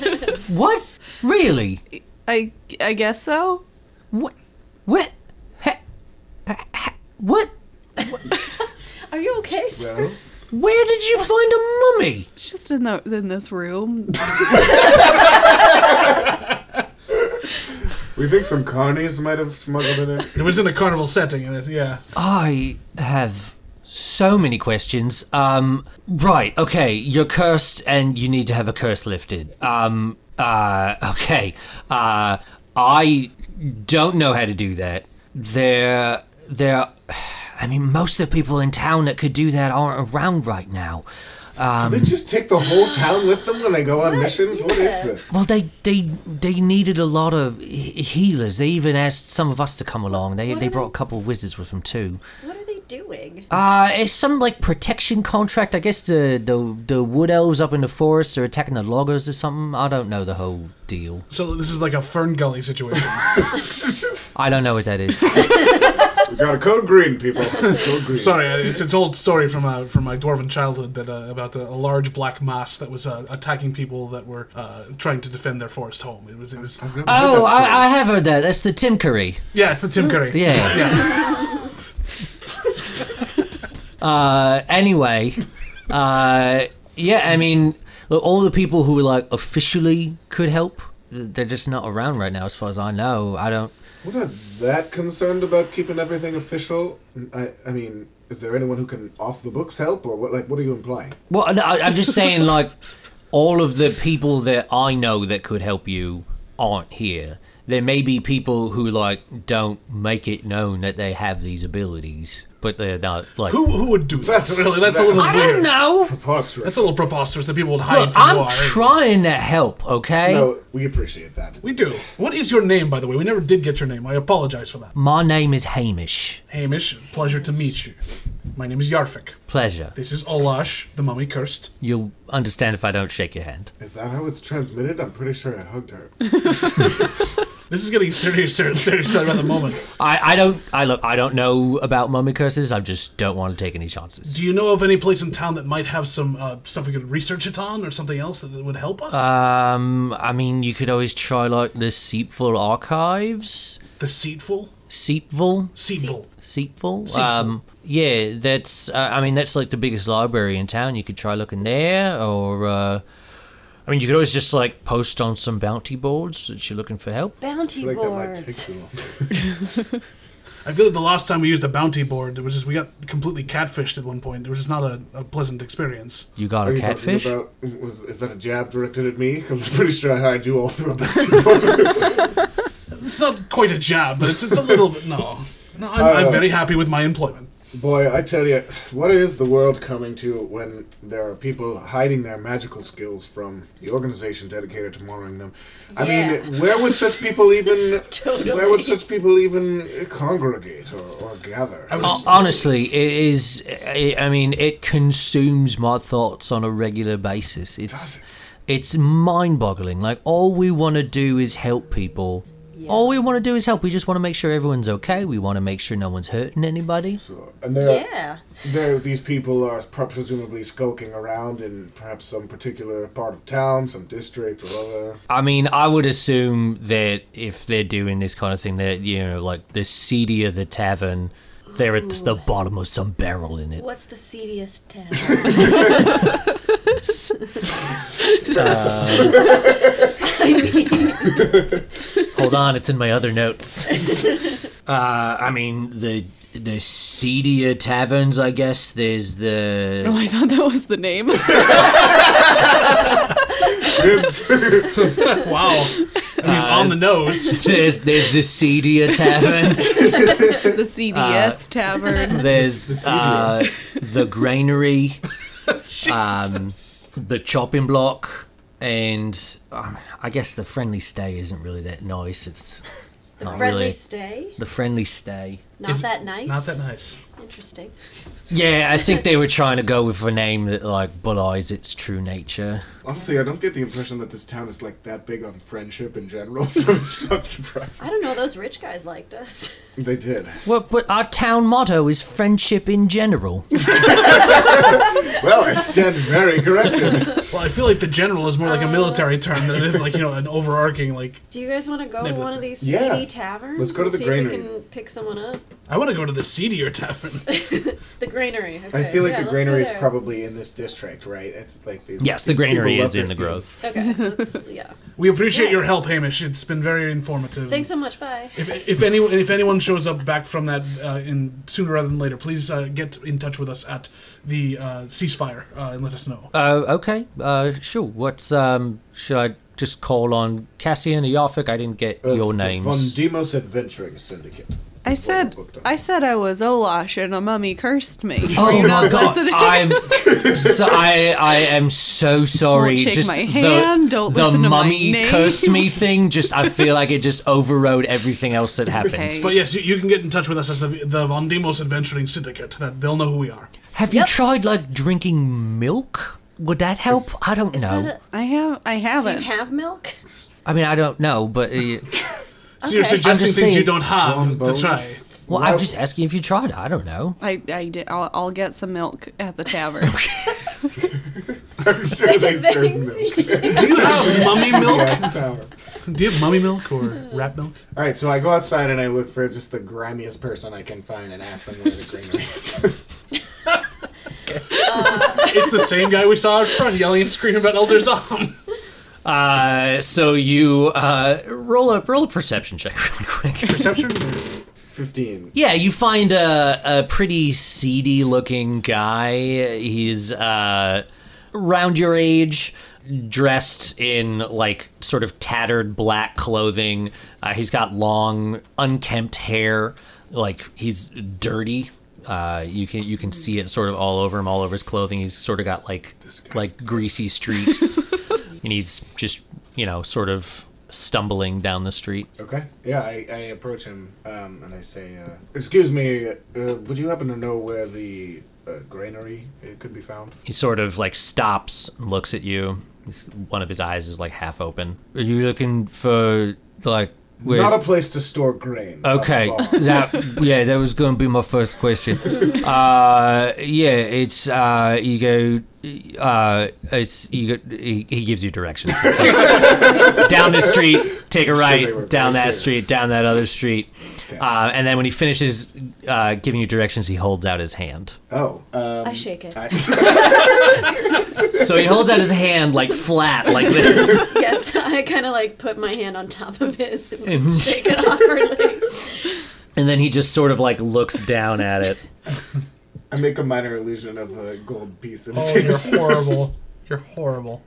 Speaker 4: What? Really?
Speaker 9: I I guess so.
Speaker 4: What? What? He- What?
Speaker 7: Are you okay, sir?
Speaker 8: Well,
Speaker 4: Where did you find a mummy?
Speaker 9: It's just in the in this room.
Speaker 8: we think some carnies might have smuggled it in.
Speaker 6: It was in a carnival setting, and it, yeah.
Speaker 4: I have so many questions. Um, right. Okay. You're cursed, and you need to have a curse lifted. Um. Uh. Okay. Uh. I don't know how to do that. There. There. I mean, most of the people in town that could do that aren't around right now.
Speaker 8: They just take the whole town with them when they go on missions. What is this?
Speaker 4: Well, they they they needed a lot of he- healers. They even asked some of us to come along. They they brought a couple of wizards with them too.
Speaker 7: What are they doing?
Speaker 4: Uh, it's some like protection contract. I guess the the the wood elves up in the forest are attacking the loggers or something. I don't know the whole deal.
Speaker 6: So this is like a Fern Gully situation.
Speaker 4: I don't know what that is.
Speaker 8: We got a code green, people. Code green.
Speaker 6: Sorry, uh, it's it's old story from uh, from my dwarven childhood that uh, about the, a large black mass that was uh, attacking people that were uh, trying to defend their forest home. It was it was
Speaker 8: I've never heard
Speaker 4: oh,
Speaker 8: that story.
Speaker 4: I, I have heard that. That's the Tim Curry.
Speaker 6: yeah, it's the Tim Curry.
Speaker 4: Yeah. uh, anyway, uh, yeah, I mean, look, all the people who like officially could help, they're just not around right now, as far as I know. I don't.
Speaker 8: We're not that concerned about keeping everything official. I, I mean, is there anyone who can off the books help, or what? Like, what are you implying?
Speaker 4: Well, no, I, I'm just saying, like, all of the people that I know that could help you aren't here. There may be people who like don't make it known that they have these abilities, but they're not like.
Speaker 6: Who who would do that?
Speaker 8: That's-
Speaker 6: really, that's a little
Speaker 4: I
Speaker 6: weird.
Speaker 4: don't know.
Speaker 8: Preposterous.
Speaker 6: That's a little preposterous that people would hide
Speaker 4: Look,
Speaker 6: from who
Speaker 4: I'm
Speaker 6: are.
Speaker 4: trying to help. Okay.
Speaker 8: No, we appreciate that.
Speaker 6: We do. What is your name, by the way? We never did get your name. I apologize for that.
Speaker 4: My name is Hamish.
Speaker 6: Hamish, pleasure to meet you. My name is Yarfik.
Speaker 4: Pleasure.
Speaker 6: This is Olash, the mummy cursed.
Speaker 4: You'll understand if I don't shake your hand.
Speaker 8: Is that how it's transmitted? I'm pretty sure I hugged her.
Speaker 6: This is getting serious, serious, serious by the moment.
Speaker 4: I, I don't I look I don't know about mummy curses. I just don't want to take any chances.
Speaker 6: Do you know of any place in town that might have some uh, stuff we could research it on or something else that would help us?
Speaker 4: Um, I mean, you could always try like the Seepful Archives.
Speaker 6: the Seatful?
Speaker 4: Seepful,
Speaker 6: Seatful.
Speaker 4: Seepful. Um, yeah, that's uh, I mean that's like the biggest library in town. You could try looking there, or uh, I mean you could always just like post on some bounty boards that you're looking for help.
Speaker 7: Bounty
Speaker 8: Like that might take
Speaker 7: boards.
Speaker 8: too long.
Speaker 6: I feel like the last time we used a bounty board, it was just we got completely catfished at one point. It was just not a, a pleasant experience.
Speaker 4: You got
Speaker 8: Are
Speaker 4: a
Speaker 8: you
Speaker 4: catfish?
Speaker 8: talking about? Was, is that a jab directed at me? Because I'm pretty sure I hired you all through a bounty
Speaker 6: It's not quite a jab, but it's it's a little bit no. No, I'm, I'm very happy with my employment.
Speaker 8: Boy, I tell you, what is the world coming to when there are people hiding their magical skills from the organization dedicated to monitoring them? I mean, where would such people even where would such people even congregate or, or gather?
Speaker 6: I would
Speaker 4: Hon- Uh, Honestly, it is. I I mean, it consumes my thoughts on a regular basis. It's it's mind-boggling. Like all we want to do is help people. All we want to do is help. We just want to make sure everyone's okay. We want to make sure no one's hurting anybody.
Speaker 8: and there,
Speaker 7: Yeah.
Speaker 8: there, these people are pre- presumably skulking around in perhaps some particular part of town, some district or other.
Speaker 4: I mean, I would assume that if they're doing this kind of thing, that you know, like the seedier the tavern, they're at the bottom of some barrel in it.
Speaker 7: What's the seediest town?
Speaker 4: Hold on, it's in my other notes. uh, I mean the the seedier taverns, I guess. There's
Speaker 9: Oh,
Speaker 4: the
Speaker 9: I thought that was the name.
Speaker 6: Wow, I mean on the nose.
Speaker 4: there's there's the seedier tavern.
Speaker 9: the
Speaker 4: Uh,
Speaker 9: CDS Tavern.
Speaker 4: There's uh, the granary, um, the chopping block, and um, I guess the friendly stay isn't really that nice. It's
Speaker 7: The
Speaker 4: not
Speaker 7: friendly
Speaker 4: really
Speaker 7: stay?
Speaker 4: the friendly stay.
Speaker 7: Not that nice?
Speaker 6: Not that nice.
Speaker 7: Interesting.
Speaker 4: Yeah, I think they were trying to go with a name that like belies its true nature.
Speaker 5: Honestly, I don't get the impression that this town is like that big on friendship in general, so it's not surprising.
Speaker 7: I don't know. Those rich guys liked us.
Speaker 8: They did.
Speaker 4: Well, but our town motto is friendship in general.
Speaker 8: Well, I stand very corrected.
Speaker 6: Well, I feel like the general is more like a military term than it is like you know an overarching like.
Speaker 7: Do you guys want to go to
Speaker 6: Maybe
Speaker 7: one
Speaker 6: let's-
Speaker 7: of these
Speaker 8: Yeah.
Speaker 7: seedy taverns?
Speaker 8: Let's go to
Speaker 7: and
Speaker 8: the
Speaker 7: see
Speaker 8: granary.
Speaker 7: if we can pick someone up.
Speaker 6: I want to go to the seedier tavern.
Speaker 7: The granary.
Speaker 8: I
Speaker 7: okay.
Speaker 8: feel like
Speaker 7: Yeah,
Speaker 8: the
Speaker 7: let's go
Speaker 8: granary is
Speaker 7: there.
Speaker 8: probably in this district, right? It's like these,
Speaker 4: Yes, the
Speaker 8: these people
Speaker 4: granary
Speaker 8: love
Speaker 4: is in the
Speaker 8: their
Speaker 4: growth.
Speaker 7: Okay. Let's, yeah.
Speaker 6: We appreciate
Speaker 7: Yeah.
Speaker 6: your help, Hamish. It's been very informative.
Speaker 7: Thanks so much. Bye.
Speaker 6: If, if anyone if anyone shows up back from that uh, in sooner rather than later, please uh, get in touch with us at the uh, ceasefire uh, and let us know.
Speaker 4: Uh, okay, uh, sure. What's um? Should I just call on Cassian or Yarfik? I didn't get
Speaker 8: Uh,
Speaker 4: your
Speaker 8: the
Speaker 4: names.
Speaker 8: Von Demos Adventuring Syndicate.
Speaker 9: I said
Speaker 8: booked up.
Speaker 9: I said I was Olash and a mummy cursed me.
Speaker 4: Oh
Speaker 9: Were you
Speaker 4: my
Speaker 9: not
Speaker 4: God.
Speaker 9: listening?
Speaker 4: I'm so, I I am so sorry.
Speaker 9: shake
Speaker 4: just
Speaker 9: my
Speaker 4: the-
Speaker 9: hand, don't
Speaker 4: the
Speaker 9: listen to my
Speaker 4: mummy
Speaker 9: name.
Speaker 4: cursed me thing. Just I feel like it just overrode everything else that happened.
Speaker 9: Okay.
Speaker 6: But yes, you, you can get in touch with us as the, the Von Demos Adventuring Syndicate. That they'll know who we are.
Speaker 4: Have you tried like drinking milk? Would that help? I don't know.
Speaker 7: that
Speaker 9: I have I
Speaker 7: Do you
Speaker 9: haven't.
Speaker 7: have milk?
Speaker 4: I mean, I don't know, but uh,
Speaker 6: So you're suggesting
Speaker 7: Okay.
Speaker 4: I'm just
Speaker 6: things you
Speaker 4: saying-
Speaker 6: don't have to
Speaker 8: Trombones.
Speaker 6: try.
Speaker 4: well, I'm just asking if you tried. I don't know.
Speaker 9: I, I did. I'll, I'll get some milk at the tavern.
Speaker 8: I'm sure they serve milk.
Speaker 6: Do you have mummy milk?
Speaker 8: Yes, tower.
Speaker 6: Do you have mummy milk or rat milk?
Speaker 8: All right, so I go outside and I look for just the grimiest person I can find and ask them where the greenery is.
Speaker 6: It's the same guy we saw out front yelling and screaming about Elder Zom.
Speaker 4: Uh, so you uh, roll a roll a perception check really quick.
Speaker 6: Perception?
Speaker 8: Fifteen.
Speaker 4: Yeah, you find a, a pretty seedy looking guy. He's uh, around your age, dressed in like sort of tattered black clothing. Uh, he's got long, unkempt hair. Like he's dirty. Uh, you can you can see it sort of all over him, all over his clothing. He's sort of got like like greasy streaks, and he's just you know sort of stumbling down the street.
Speaker 8: Okay. Yeah, I, I approach him um, and I say, uh, "Excuse me, uh, would you happen to know where the uh, granary uh, could be found?"
Speaker 4: He sort of like stops and looks at you. He's, one of his eyes is like half open. Are you looking for like? Where, Uh,
Speaker 8: Not a place to store grain. but a
Speaker 4: okay,
Speaker 8: bar.
Speaker 4: that yeah, that was going to be my first question. Uh, yeah, it's uh, you go, uh, it's you. Go, he, he gives you directions. down this street, take a
Speaker 8: they were
Speaker 4: right. Down
Speaker 8: right
Speaker 4: that
Speaker 8: there.
Speaker 4: street, down that other street. Uh, and then when he finishes uh, giving you directions, he holds out his hand.
Speaker 8: Oh. Um,
Speaker 7: I shake it.
Speaker 8: I,
Speaker 4: So he holds out his hand like flat, like this.
Speaker 7: yes, I kind of like put my hand on top of his and shake it awkwardly.
Speaker 4: And then he just sort of like looks down at it.
Speaker 8: I make a minor illusion of a gold piece in his
Speaker 6: Oh,
Speaker 8: hand.
Speaker 6: you're horrible. You're horrible.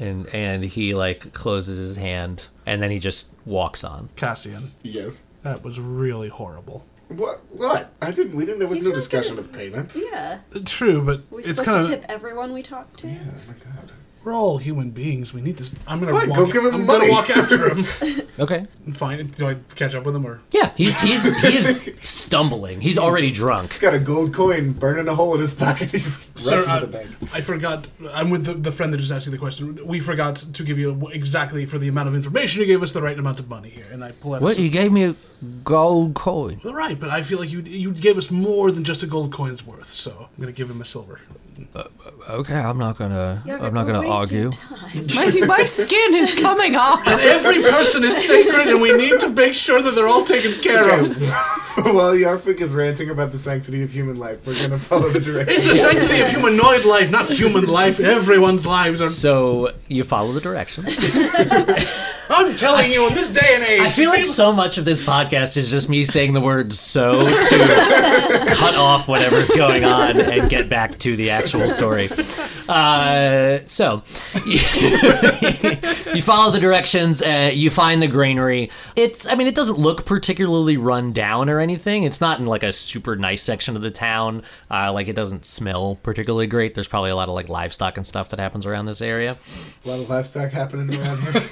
Speaker 4: And and he like closes his hand and then he just walks on.
Speaker 6: Cassian,
Speaker 8: Yes.
Speaker 6: that was really horrible.
Speaker 8: What? What? I didn't. We didn't. There was
Speaker 7: He's
Speaker 8: no
Speaker 7: not
Speaker 8: discussion
Speaker 7: gonna-
Speaker 8: of payment.
Speaker 7: Yeah.
Speaker 6: True, but
Speaker 7: We're
Speaker 6: it's
Speaker 7: supposed
Speaker 6: kind
Speaker 7: to
Speaker 6: of
Speaker 7: tip everyone we talk to.
Speaker 8: Oh my god.
Speaker 6: we're all human beings. We need this. I'm gonna
Speaker 8: Fine,
Speaker 6: walk.
Speaker 8: go give him
Speaker 6: I'm
Speaker 8: money.
Speaker 6: gonna walk after him.
Speaker 4: Okay.
Speaker 6: Fine. Do I catch up with him or?
Speaker 4: Yeah, he's he's he is stumbling. He's already drunk.
Speaker 8: Got a gold coin burning a hole in his pocket. He's
Speaker 6: Sir, uh,
Speaker 8: rushing
Speaker 6: I,
Speaker 8: to the bank.
Speaker 6: I forgot. I'm with the, the friend that just asked you the question. We forgot to give you exactly for the amount of information you gave us the right amount of money here. And I pull out. a slip-
Speaker 4: gave me a gold coin.
Speaker 6: Right, but I feel like you you gave us more than just a gold coin's worth, so I'm gonna give him a silver.
Speaker 4: Okay, I'm not gonna
Speaker 7: Yeah, we're wasting time.
Speaker 9: my, my skin is coming off.
Speaker 6: Every person is sacred, and we need to make sure that they're all taken care of.
Speaker 8: While Yarfik is ranting about the sanctity of human life, we're gonna follow the
Speaker 6: It's the
Speaker 8: directions.
Speaker 6: sanctity of humanoid life, not human life. Everyone's lives are.
Speaker 4: So you follow the directions.
Speaker 6: I'm telling you, in this day and age,
Speaker 4: I feel like so much of this podcast is just me saying the word so to cut off whatever's going on and get back to the actual story. Uh, so, you follow the directions, uh, you find the granary. It's, I mean, it doesn't look particularly run down or anything. It's not in like a super nice section of the town. Uh, like, it doesn't smell particularly great. There's probably a lot of like livestock and stuff that happens around this area
Speaker 8: a lot of livestock happening around here.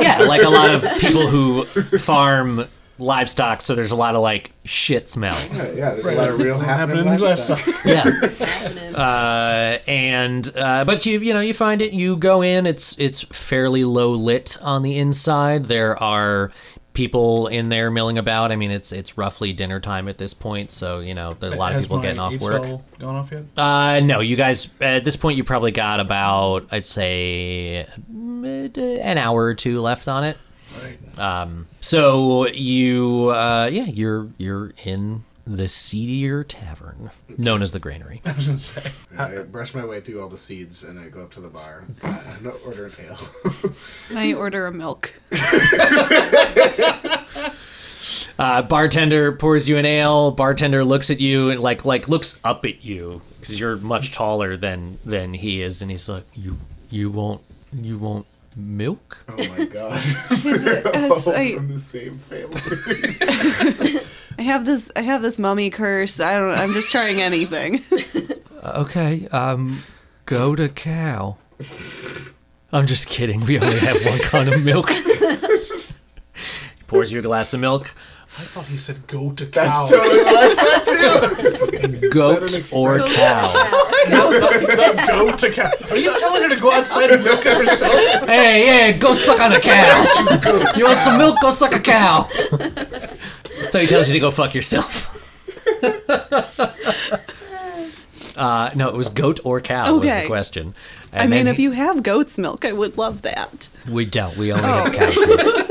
Speaker 4: yeah, like a lot of people who farm livestock, so there's a lot of like shit smell.
Speaker 8: Yeah, there's a lot of real happening,
Speaker 6: happening
Speaker 8: livestock.
Speaker 4: Yeah,
Speaker 7: Happening.
Speaker 4: uh, and uh, but you you know you find it. You go in. It's it's fairly low lit on the inside. There are people in there milling about. I mean, it's it's roughly dinner time at this point, so you know there's a lot of
Speaker 6: Has
Speaker 4: people
Speaker 6: my
Speaker 4: getting off
Speaker 6: eight
Speaker 4: work.
Speaker 6: spell Gone off yet?
Speaker 4: Uh, no, you guys, at this point, you probably got about, I'd say, mid- an hour or two left on it. Um, so you, uh, yeah, you're you're in the seedier tavern known as the Granary.
Speaker 6: I was gonna say.
Speaker 8: I brush my way through all the seeds and I go up to the bar. Uh, I'm not ordering ale.
Speaker 9: I order a milk.
Speaker 4: Uh, bartender pours you an ale. Bartender looks at you and like like looks up at you because you're much taller than than he is, and he's like, you you won't you won't milk.
Speaker 8: Oh my god.
Speaker 9: As
Speaker 8: All
Speaker 9: I,
Speaker 8: from the same family.
Speaker 9: I have this I have this mummy curse. I don't I'm just trying anything.
Speaker 4: Okay, um, go to cow. I'm just kidding. We only have one kind of milk. Pours you a glass of milk.
Speaker 6: I thought he said go to cow.
Speaker 8: That's totally what I thought too. It's like,
Speaker 4: Goat or cow.
Speaker 6: go to cow. Are you telling her to go outside and milk herself?
Speaker 4: hey, hey, go suck on a cow. you want some milk? Go suck a cow. so he tells you to go fuck yourself. uh, no, it was goat or cow was the
Speaker 9: Okay.
Speaker 4: question. And
Speaker 9: I mean,
Speaker 4: then
Speaker 9: if
Speaker 4: he-
Speaker 9: you have goat's milk, I would love that.
Speaker 4: We don't. We only
Speaker 7: Oh.
Speaker 4: have cow's milk.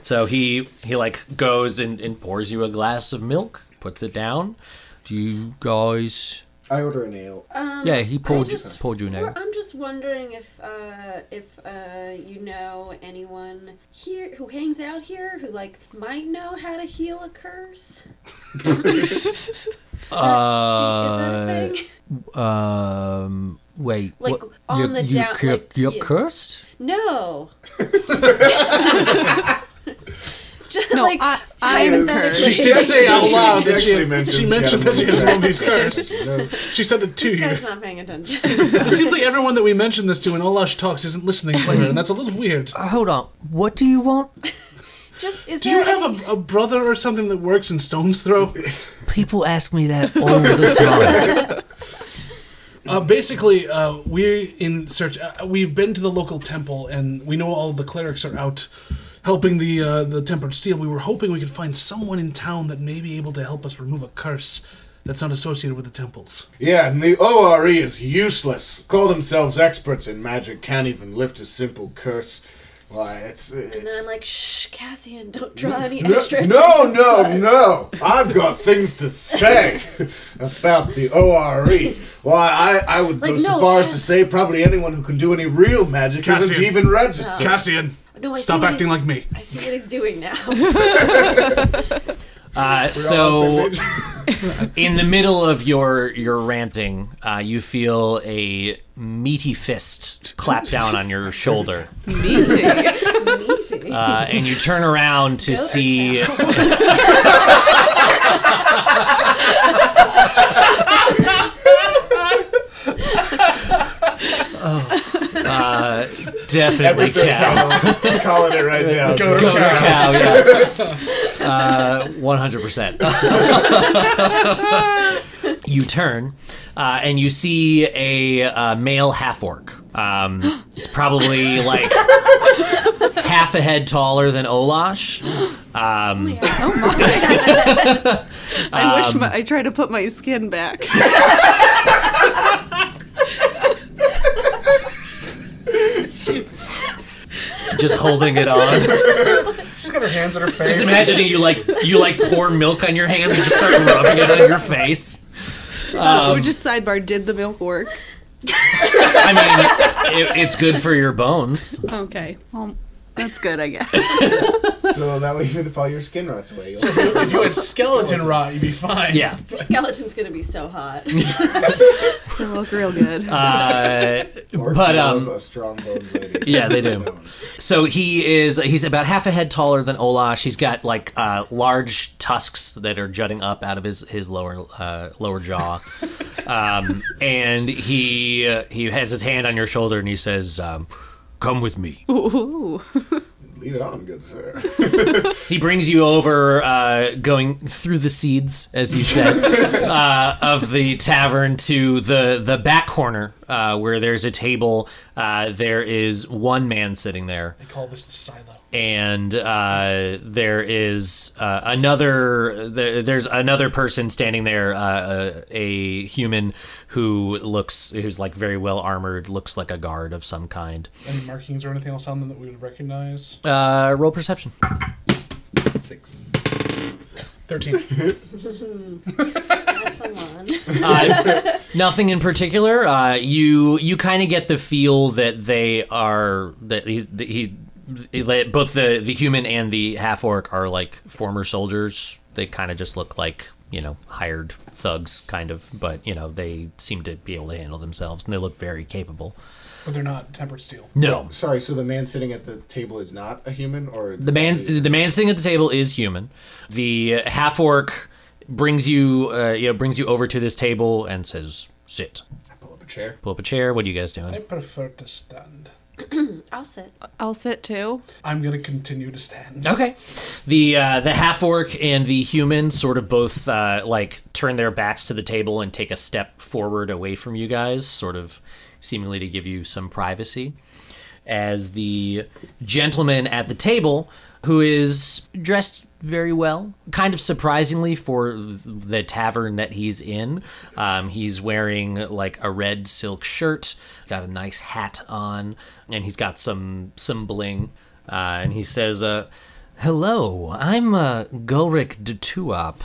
Speaker 4: So he he like goes and, and pours you a glass of milk, puts it down. Do you guys?
Speaker 8: I order an ale.
Speaker 4: yeah, he poured
Speaker 7: Um, just-
Speaker 4: poured you an
Speaker 7: Well,
Speaker 4: egg.
Speaker 7: I'm just wondering if uh, if uh, you know anyone here who hangs out here who like might know how to heal a curse.
Speaker 4: Uh,
Speaker 7: uh,
Speaker 8: Uh,
Speaker 7: Is that a thing?
Speaker 4: um, wait.
Speaker 7: Like,
Speaker 4: what-
Speaker 7: on
Speaker 4: you,
Speaker 7: the
Speaker 4: you,
Speaker 7: down-
Speaker 4: You're,
Speaker 7: like,
Speaker 4: you're
Speaker 7: you-
Speaker 4: cursed.
Speaker 7: No. just
Speaker 9: No,
Speaker 7: like
Speaker 9: I,
Speaker 7: hypothetically.
Speaker 9: I'm cursed.
Speaker 6: She did say out loud.
Speaker 8: She actually
Speaker 6: She,
Speaker 8: mentioned
Speaker 6: she
Speaker 8: she
Speaker 6: mentioned
Speaker 8: had
Speaker 6: that
Speaker 8: a
Speaker 6: she
Speaker 8: movie
Speaker 6: has Romney's
Speaker 8: curse.
Speaker 6: curse.
Speaker 8: No.
Speaker 6: She said it to
Speaker 7: This
Speaker 6: you.
Speaker 7: guy's not paying attention.
Speaker 6: It seems like everyone that we mentioned this to in Olash Talks isn't listening to her, and that's a little weird.
Speaker 4: Uh, hold on. What do you want?
Speaker 7: Just is
Speaker 6: Do
Speaker 7: there
Speaker 6: you have a, a brother or something that works in Stone's Throw?
Speaker 4: People ask me that all the time.
Speaker 6: Uh, basically, uh, we're in search. Uh, we've been to the local temple, and we know all the clerics are out helping the uh, the tempered steel. We were hoping we could find someone in town that may be able to help us remove a curse that's not associated with the temples.
Speaker 8: Yeah, and the ORE is useless. Call themselves experts in magic, can't even lift a simple curse. Why, it's. it's
Speaker 7: And then I'm like, shh, Cassian, don't draw any
Speaker 8: no,
Speaker 7: extra
Speaker 8: no,
Speaker 7: attention to
Speaker 8: no,
Speaker 7: us."
Speaker 8: no! I've got things to say about the ORE. Why, I, I would go
Speaker 7: Like,
Speaker 8: so
Speaker 7: no,
Speaker 8: far as
Speaker 7: Cass-
Speaker 8: to say probably anyone who can do any real magic isn't
Speaker 6: Cassian.
Speaker 8: even registered.
Speaker 6: Cassian,
Speaker 7: No, I see
Speaker 6: stop
Speaker 7: what
Speaker 6: acting
Speaker 7: he's-
Speaker 6: like me.
Speaker 7: I see what he's doing now.
Speaker 4: Uh,
Speaker 8: Oh,
Speaker 4: so
Speaker 8: they-
Speaker 4: in the middle of your your ranting, uh, you feel a meaty fist clap down on your shoulder,
Speaker 7: Meaty.
Speaker 4: uh, and you turn around to see. Uh, definitely
Speaker 8: Episode
Speaker 4: cow.
Speaker 8: title. Calling it right now. Go
Speaker 4: Go to cow, yeah. Uh, One hundred percent. You turn, uh, and you see a uh, male half orc. Um, he's probably like half a head taller than Olash. Um,
Speaker 9: Oh I wish my, I try to put my skin back.
Speaker 4: just holding it on.
Speaker 5: She's got her hands on her
Speaker 4: Just
Speaker 5: face.
Speaker 4: imagining you like you like pour milk on your hands and just start rubbing it on your face. um,
Speaker 9: oh, just sidebar. Did the milk work?
Speaker 4: I mean, it, it's good for your bones.
Speaker 9: Okay. Well, that's good, I guess.
Speaker 8: So that way, even if all your skin rots away, you'll
Speaker 6: if you had skeleton rot, you'd be fine.
Speaker 4: Yeah.
Speaker 7: Your skeleton's gonna be so hot.
Speaker 9: They look real good.
Speaker 4: Uh,
Speaker 8: or
Speaker 4: But,
Speaker 8: some
Speaker 4: um,
Speaker 8: of a strong boned lady.
Speaker 4: Yeah, they do. So he is he's about half a head taller than Olash. He's got like uh, large tusks that are jutting up out of his his lower uh, lower jaw. um, and he uh, he has his hand on your shoulder and he says, um, "Come with me."
Speaker 9: Ooh.
Speaker 8: Lead it on, good sir.
Speaker 4: He brings you over, uh, going through the seeds, as you said, uh, of the tavern to the the back corner uh, where there's a table. Uh, there is one man sitting there.
Speaker 6: They call this the silo.
Speaker 4: and uh, there is uh, another there, there's another person standing there uh, a human who looks who's like very well armored looks like a guard of some kind
Speaker 6: Any markings or anything else on them that we would recognize?
Speaker 4: uh, roll perception
Speaker 8: Six.
Speaker 6: Thirteen.
Speaker 7: That's a one.
Speaker 4: uh, nothing in particular uh, you you kind of get the feel that they are that he, that he that both the the human and the half orc are like former soldiers they kind of just look like you know hired thugs kind of but you know they seem to be able to handle themselves and they look very capable
Speaker 6: but they're not tempered steel.
Speaker 4: no
Speaker 8: Sorry, so the man sitting at the table is not a human, or
Speaker 4: the man the man sitting at the table is human the half orc brings you, uh, you know, brings you over to this table and says, "Sit."
Speaker 8: I pull up a chair.
Speaker 4: Pull up a chair. What are you guys
Speaker 6: I
Speaker 4: doing?
Speaker 6: prefer to stand.
Speaker 7: I'll sit.
Speaker 9: I'll sit too.
Speaker 6: I'm gonna continue to stand.
Speaker 4: Okay. The uh, the half orc and the human sort of both uh, like turn their backs to the table and take a step forward away from you guys, sort of seemingly to give you some privacy. As the gentleman at the table, who is dressed very well, kind of surprisingly for the tavern that he's in, um, he's wearing like a red silk shirt, got a nice hat on, and he's got some some bling. Uh, and he says, uh, Hello, I'm uh, Gulric de Tuop.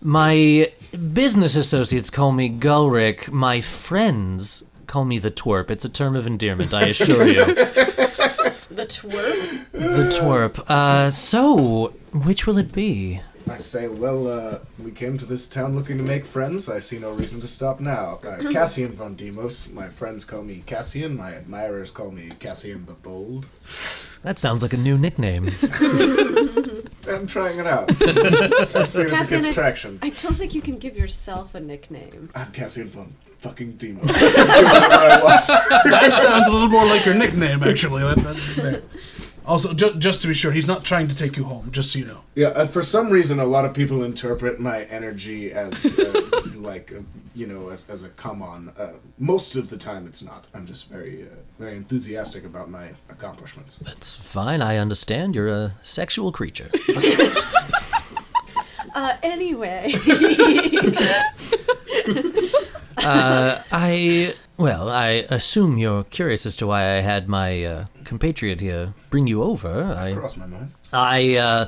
Speaker 4: My business associates call me Gulric. My friends call me the twerp. It's a term of endearment, I assure you. the
Speaker 7: The twerp?
Speaker 4: twerp. Uh, so, which will it be?
Speaker 8: I say, well, uh, we came to this town looking to make friends. I see no reason to stop now. Uh, Cassian von Demos. My friends call me Cassian. My admirers call me Cassian the Bold.
Speaker 4: That sounds like a new nickname.
Speaker 8: I'm trying it out. I'm seeing if it
Speaker 7: Cassian,
Speaker 8: gets
Speaker 7: I-
Speaker 8: traction.
Speaker 7: I don't think you can give yourself a nickname.
Speaker 8: I'm Cassian von fucking Demos. Do whatever I want.
Speaker 6: that sounds a little more like your nickname, actually. That- that- there. Also, ju- just to be sure, he's not trying to take you home. Just so you know.
Speaker 8: Yeah, uh, for some reason, a lot of people interpret my energy as, uh, like, uh, you know, as, as a come on. Uh, most of the time, it's not. I'm just very, uh, very enthusiastic about my accomplishments.
Speaker 4: That's fine, I understand. You're a sexual creature.
Speaker 7: Uh, anyway.
Speaker 4: I. Well, I assume you're curious as to why I had my uh, compatriot here bring you over. I
Speaker 8: Cross my mind.
Speaker 4: I uh,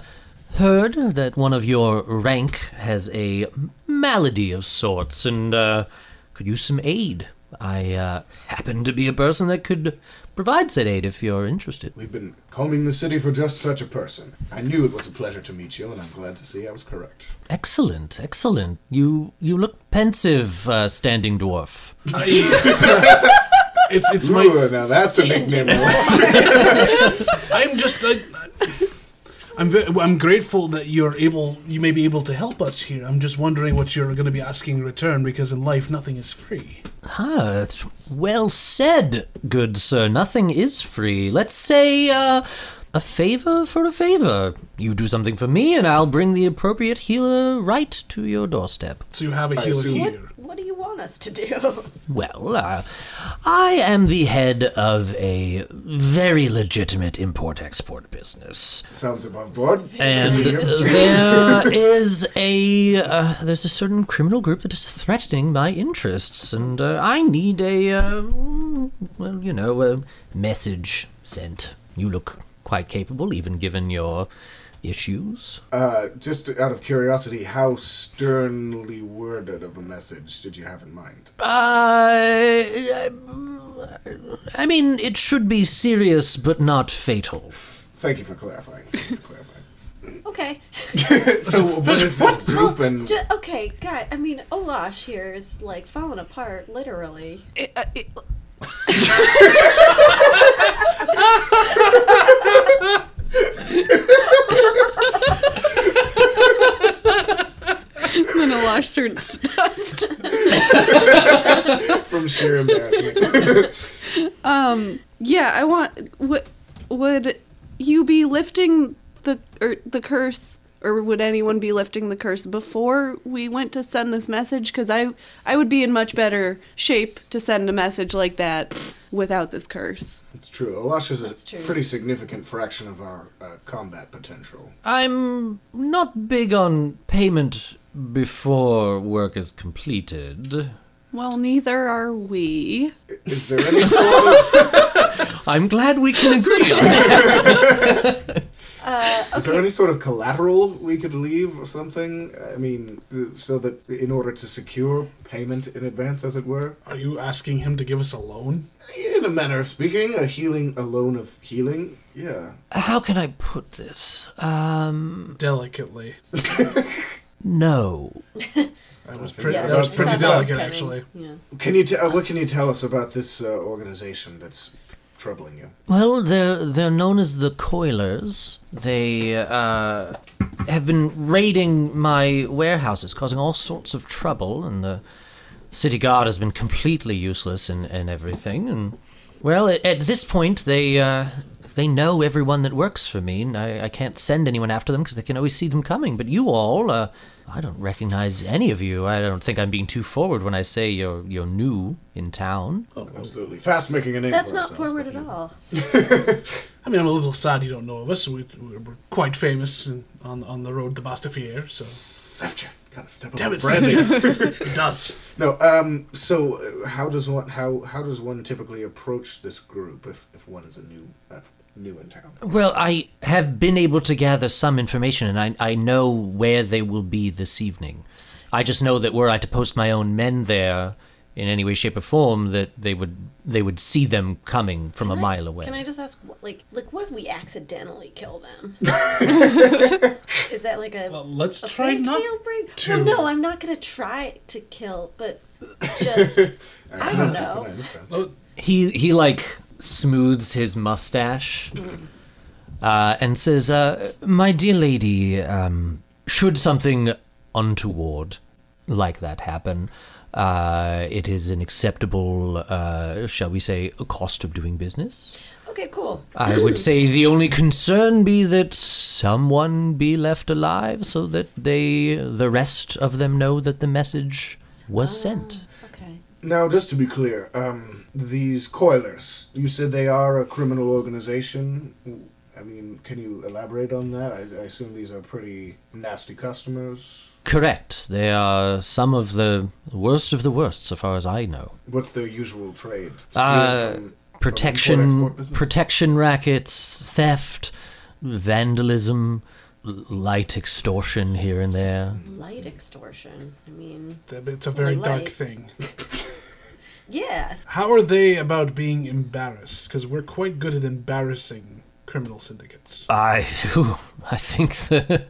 Speaker 4: heard that one of your rank has a malady of sorts and uh, could use some aid. I uh, happen to be a person that could provide said aid if you're interested.
Speaker 8: We've been combing the city for just such a person. I knew it was a pleasure to meet you, and I'm glad to see I was correct.
Speaker 4: Excellent, excellent. You you look pensive, uh, standing dwarf.
Speaker 6: It's it's
Speaker 8: Ooh,
Speaker 6: my.
Speaker 8: now that's a nickname.
Speaker 6: I'm just. I, I'm ve- I'm grateful that you're able. You may be able to help us here. I'm just wondering what you're going to be asking in return, because in life nothing is free.
Speaker 4: Ah, that's well said, good sir. Nothing is free. Let's say uh, a favor for a favor. You do something for me, and I'll bring the appropriate healer right to your doorstep.
Speaker 6: So you have a healer
Speaker 8: assume-
Speaker 6: here.
Speaker 7: what do you want us to do?
Speaker 4: Well, uh, I am the head of a very legitimate import export business.
Speaker 8: Sounds above board.
Speaker 4: And
Speaker 8: Continue.
Speaker 4: there is a uh, there's a certain criminal group that is threatening my interests, and uh, I need a uh, well, you know, a message sent. You look quite capable, even given your issues.
Speaker 8: Uh, just out of curiosity, how sternly worded of a message did you have in mind?
Speaker 4: Uh, I mean, it should be serious but not fatal.
Speaker 8: Thank you for clarifying. Thank you for clarifying.
Speaker 7: Okay.
Speaker 8: so, what is this group and
Speaker 7: J- okay, God, I mean, Olash here is like falling apart, literally.
Speaker 9: I- I- I- then a lash turns to dust.
Speaker 8: from sheer embarrassment?
Speaker 9: Yeah, I want. W- would you be lifting the or the curse, or would anyone be lifting the curse before we went to send this message? Because I I would be in much better shape to send a message like that without this curse.
Speaker 8: it's true. Olash is a
Speaker 7: true.
Speaker 8: pretty significant fraction of our uh, combat potential.
Speaker 4: I'm not big on payment before work is completed.
Speaker 9: Well, neither are we.
Speaker 8: Is there any sort of
Speaker 4: I'm glad we can agree on that.
Speaker 8: Is there any sort of collateral we could leave or something? I mean, th- so that in order to secure payment in advance, as it were?
Speaker 6: Are you asking him to give us a loan?
Speaker 8: In a manner of speaking, a healing, a loan of healing? Yeah.
Speaker 4: How can I put this? Um,
Speaker 6: Delicately.
Speaker 4: no.
Speaker 6: That was
Speaker 8: think
Speaker 6: pretty.
Speaker 8: that
Speaker 6: that was
Speaker 8: was
Speaker 6: pretty
Speaker 8: pretty
Speaker 6: delicate,
Speaker 7: coming.
Speaker 6: actually.
Speaker 7: Yeah.
Speaker 8: Can you t- uh, what can you tell us about this uh, organization that's troubling you?
Speaker 4: Well, they're they're known as the Coilers. They uh, have been raiding my warehouses, causing all sorts of trouble, and the city guard has been completely useless and, and everything. And well, at, at this point, they uh, they know everyone that works for me, and I, I can't send anyone after them because they can always see them coming. But you all, uh, I don't recognize any of you. I don't think I'm being too forward when I say you're you're new in town.
Speaker 6: Oh,
Speaker 8: Absolutely. Fast making a name
Speaker 7: That's
Speaker 8: for
Speaker 7: not
Speaker 8: ourselves,
Speaker 7: forward
Speaker 8: but,
Speaker 7: at all.
Speaker 6: I mean, I'm a little sad you don't know of us. We, we're we're quite famous in, on on the road to Bastafier, so
Speaker 8: Sevchef, gotta step up
Speaker 6: damn
Speaker 8: the
Speaker 6: it,
Speaker 8: branding.
Speaker 6: Brandon. it does.
Speaker 8: No, um, so uh, how does one how how does one typically approach this group if, if one is a new uh, new in town?
Speaker 4: Well, I have been able to gather some information, and I, I know where they will be this evening. I just know that were I to post my own men there in any way, shape, or form, that they would they would see them coming from a
Speaker 7: Can I-
Speaker 4: mile away.
Speaker 7: Can I just ask, what- like, like what if we accidentally kill them? Is that like a,
Speaker 6: Well, Uh, let's
Speaker 7: a
Speaker 6: try
Speaker 7: big
Speaker 6: not
Speaker 7: deal break?
Speaker 6: to.
Speaker 7: Well, no, I'm not gonna try to kill, but just I don't
Speaker 8: Accidents happen, I
Speaker 7: know.
Speaker 8: understand.
Speaker 4: he he like smooths his mustache uh, and says, uh, "My dear lady, um, should something untoward like that happen, uh, it is an acceptable, uh, shall we say, cost of doing business.
Speaker 7: Okay, cool.
Speaker 4: I would say the only concern be that someone be left alive, so that they, the rest of them, know that the message was sent."
Speaker 7: Okay.
Speaker 8: Now, just to be clear, um, these coilers, you said they are a criminal organization. I mean, can you elaborate on that? I, I assume these are pretty nasty customers.
Speaker 4: Correct. They are some of the worst of the worst, so far as I know.
Speaker 8: What's their usual trade? Steal
Speaker 4: Uh,
Speaker 8: from- from
Speaker 4: Protection,
Speaker 8: import-export business?
Speaker 4: protection rackets, theft, vandalism, l- light extortion here and there.
Speaker 7: Light extortion. I mean,
Speaker 6: It's a very
Speaker 7: only
Speaker 6: dark
Speaker 7: light.
Speaker 6: thing.
Speaker 7: yeah.
Speaker 6: How are they about being embarrassed? Because we're quite good at embarrassing criminal syndicates.
Speaker 4: I, I think, the,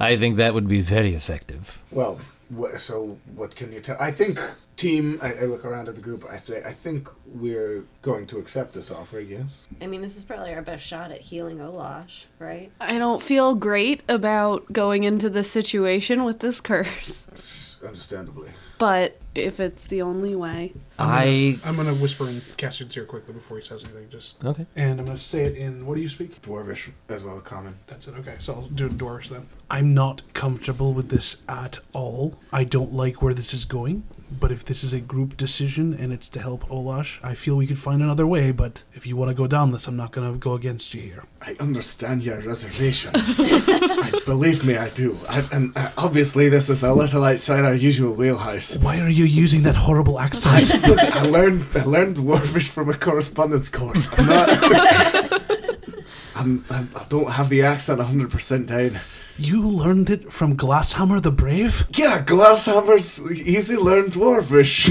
Speaker 4: I think that would be very effective.
Speaker 8: Well, wh- so what can you tell? I think team. I, I look around at the group. I say, I think we're going to accept this offer. Yes.
Speaker 7: I mean, this is probably our best shot at healing Olash, right?
Speaker 9: I don't feel great about going into this situation with this curse,
Speaker 8: S- Understandably.
Speaker 9: but if it's the only way,
Speaker 4: I
Speaker 6: I'm gonna whisper in Cassian's ear quickly before he says anything. Just
Speaker 4: okay.
Speaker 6: and I'm gonna say it in what do you speak?
Speaker 8: Dwarvish as well, common.
Speaker 6: That's it. Okay, so I'll do it in Dwarvish then. I'm not comfortable with this at all. I don't like where this is going. But if this is a group decision and it's to help Olash, I feel we could find another way. But if you want to go down this, I'm not gonna go against you here.
Speaker 8: I understand your reservations. I, believe me, I do. I, and uh, obviously, this is a little outside our usual wheelhouse.
Speaker 6: Why are you using that horrible accent?
Speaker 8: Look, I learned I learned Dwarvish from a correspondence course. I'm not. I'm, I'm, I don't have the accent 100% down.
Speaker 6: you learned it from Glasshammer the Brave.
Speaker 8: Yeah, Glasshammer's easy learned Dwarvish.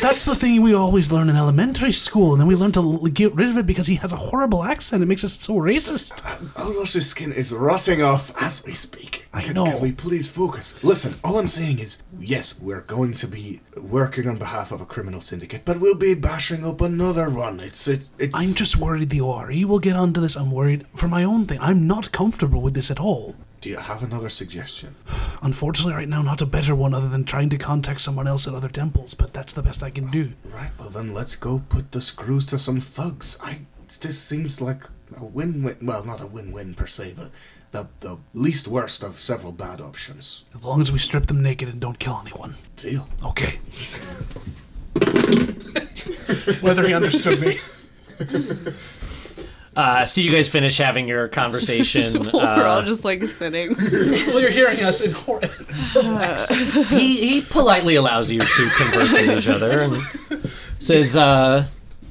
Speaker 6: That's the thing we always learn in elementary school, and then we learn to l- get rid of it because he has a horrible accent. It makes us so racist.
Speaker 8: Olosh's Oh, skin is rotting off as we speak.
Speaker 6: I
Speaker 8: can,
Speaker 6: know.
Speaker 8: Can we please focus? Listen, all I'm saying is, yes, we're going to be working on behalf of a criminal syndicate, but we'll be bashing up another one. It's it, it's.
Speaker 6: I'm just worried the ORE will get onto this. I'm worried for my own thing. I'm not comfortable with this at all.
Speaker 8: Do you have another suggestion?
Speaker 6: Unfortunately, right now, not a better one other than trying to contact someone else at other temples, but that's the best I can do.
Speaker 8: Right. Well, then let's go put the screws to some thugs. I. This seems like a win-win. Well, not a win-win per se, but the the least worst of several bad options.
Speaker 6: As long as we strip them naked and don't kill anyone.
Speaker 8: Deal.
Speaker 6: Okay. Whether he understood me.
Speaker 4: Uh, so you guys finish having your conversation.
Speaker 9: we're all
Speaker 4: uh,
Speaker 9: just like sitting.
Speaker 6: Well, you're hearing us in horror.
Speaker 4: he, he politely allows you to converse with each other and says, uh,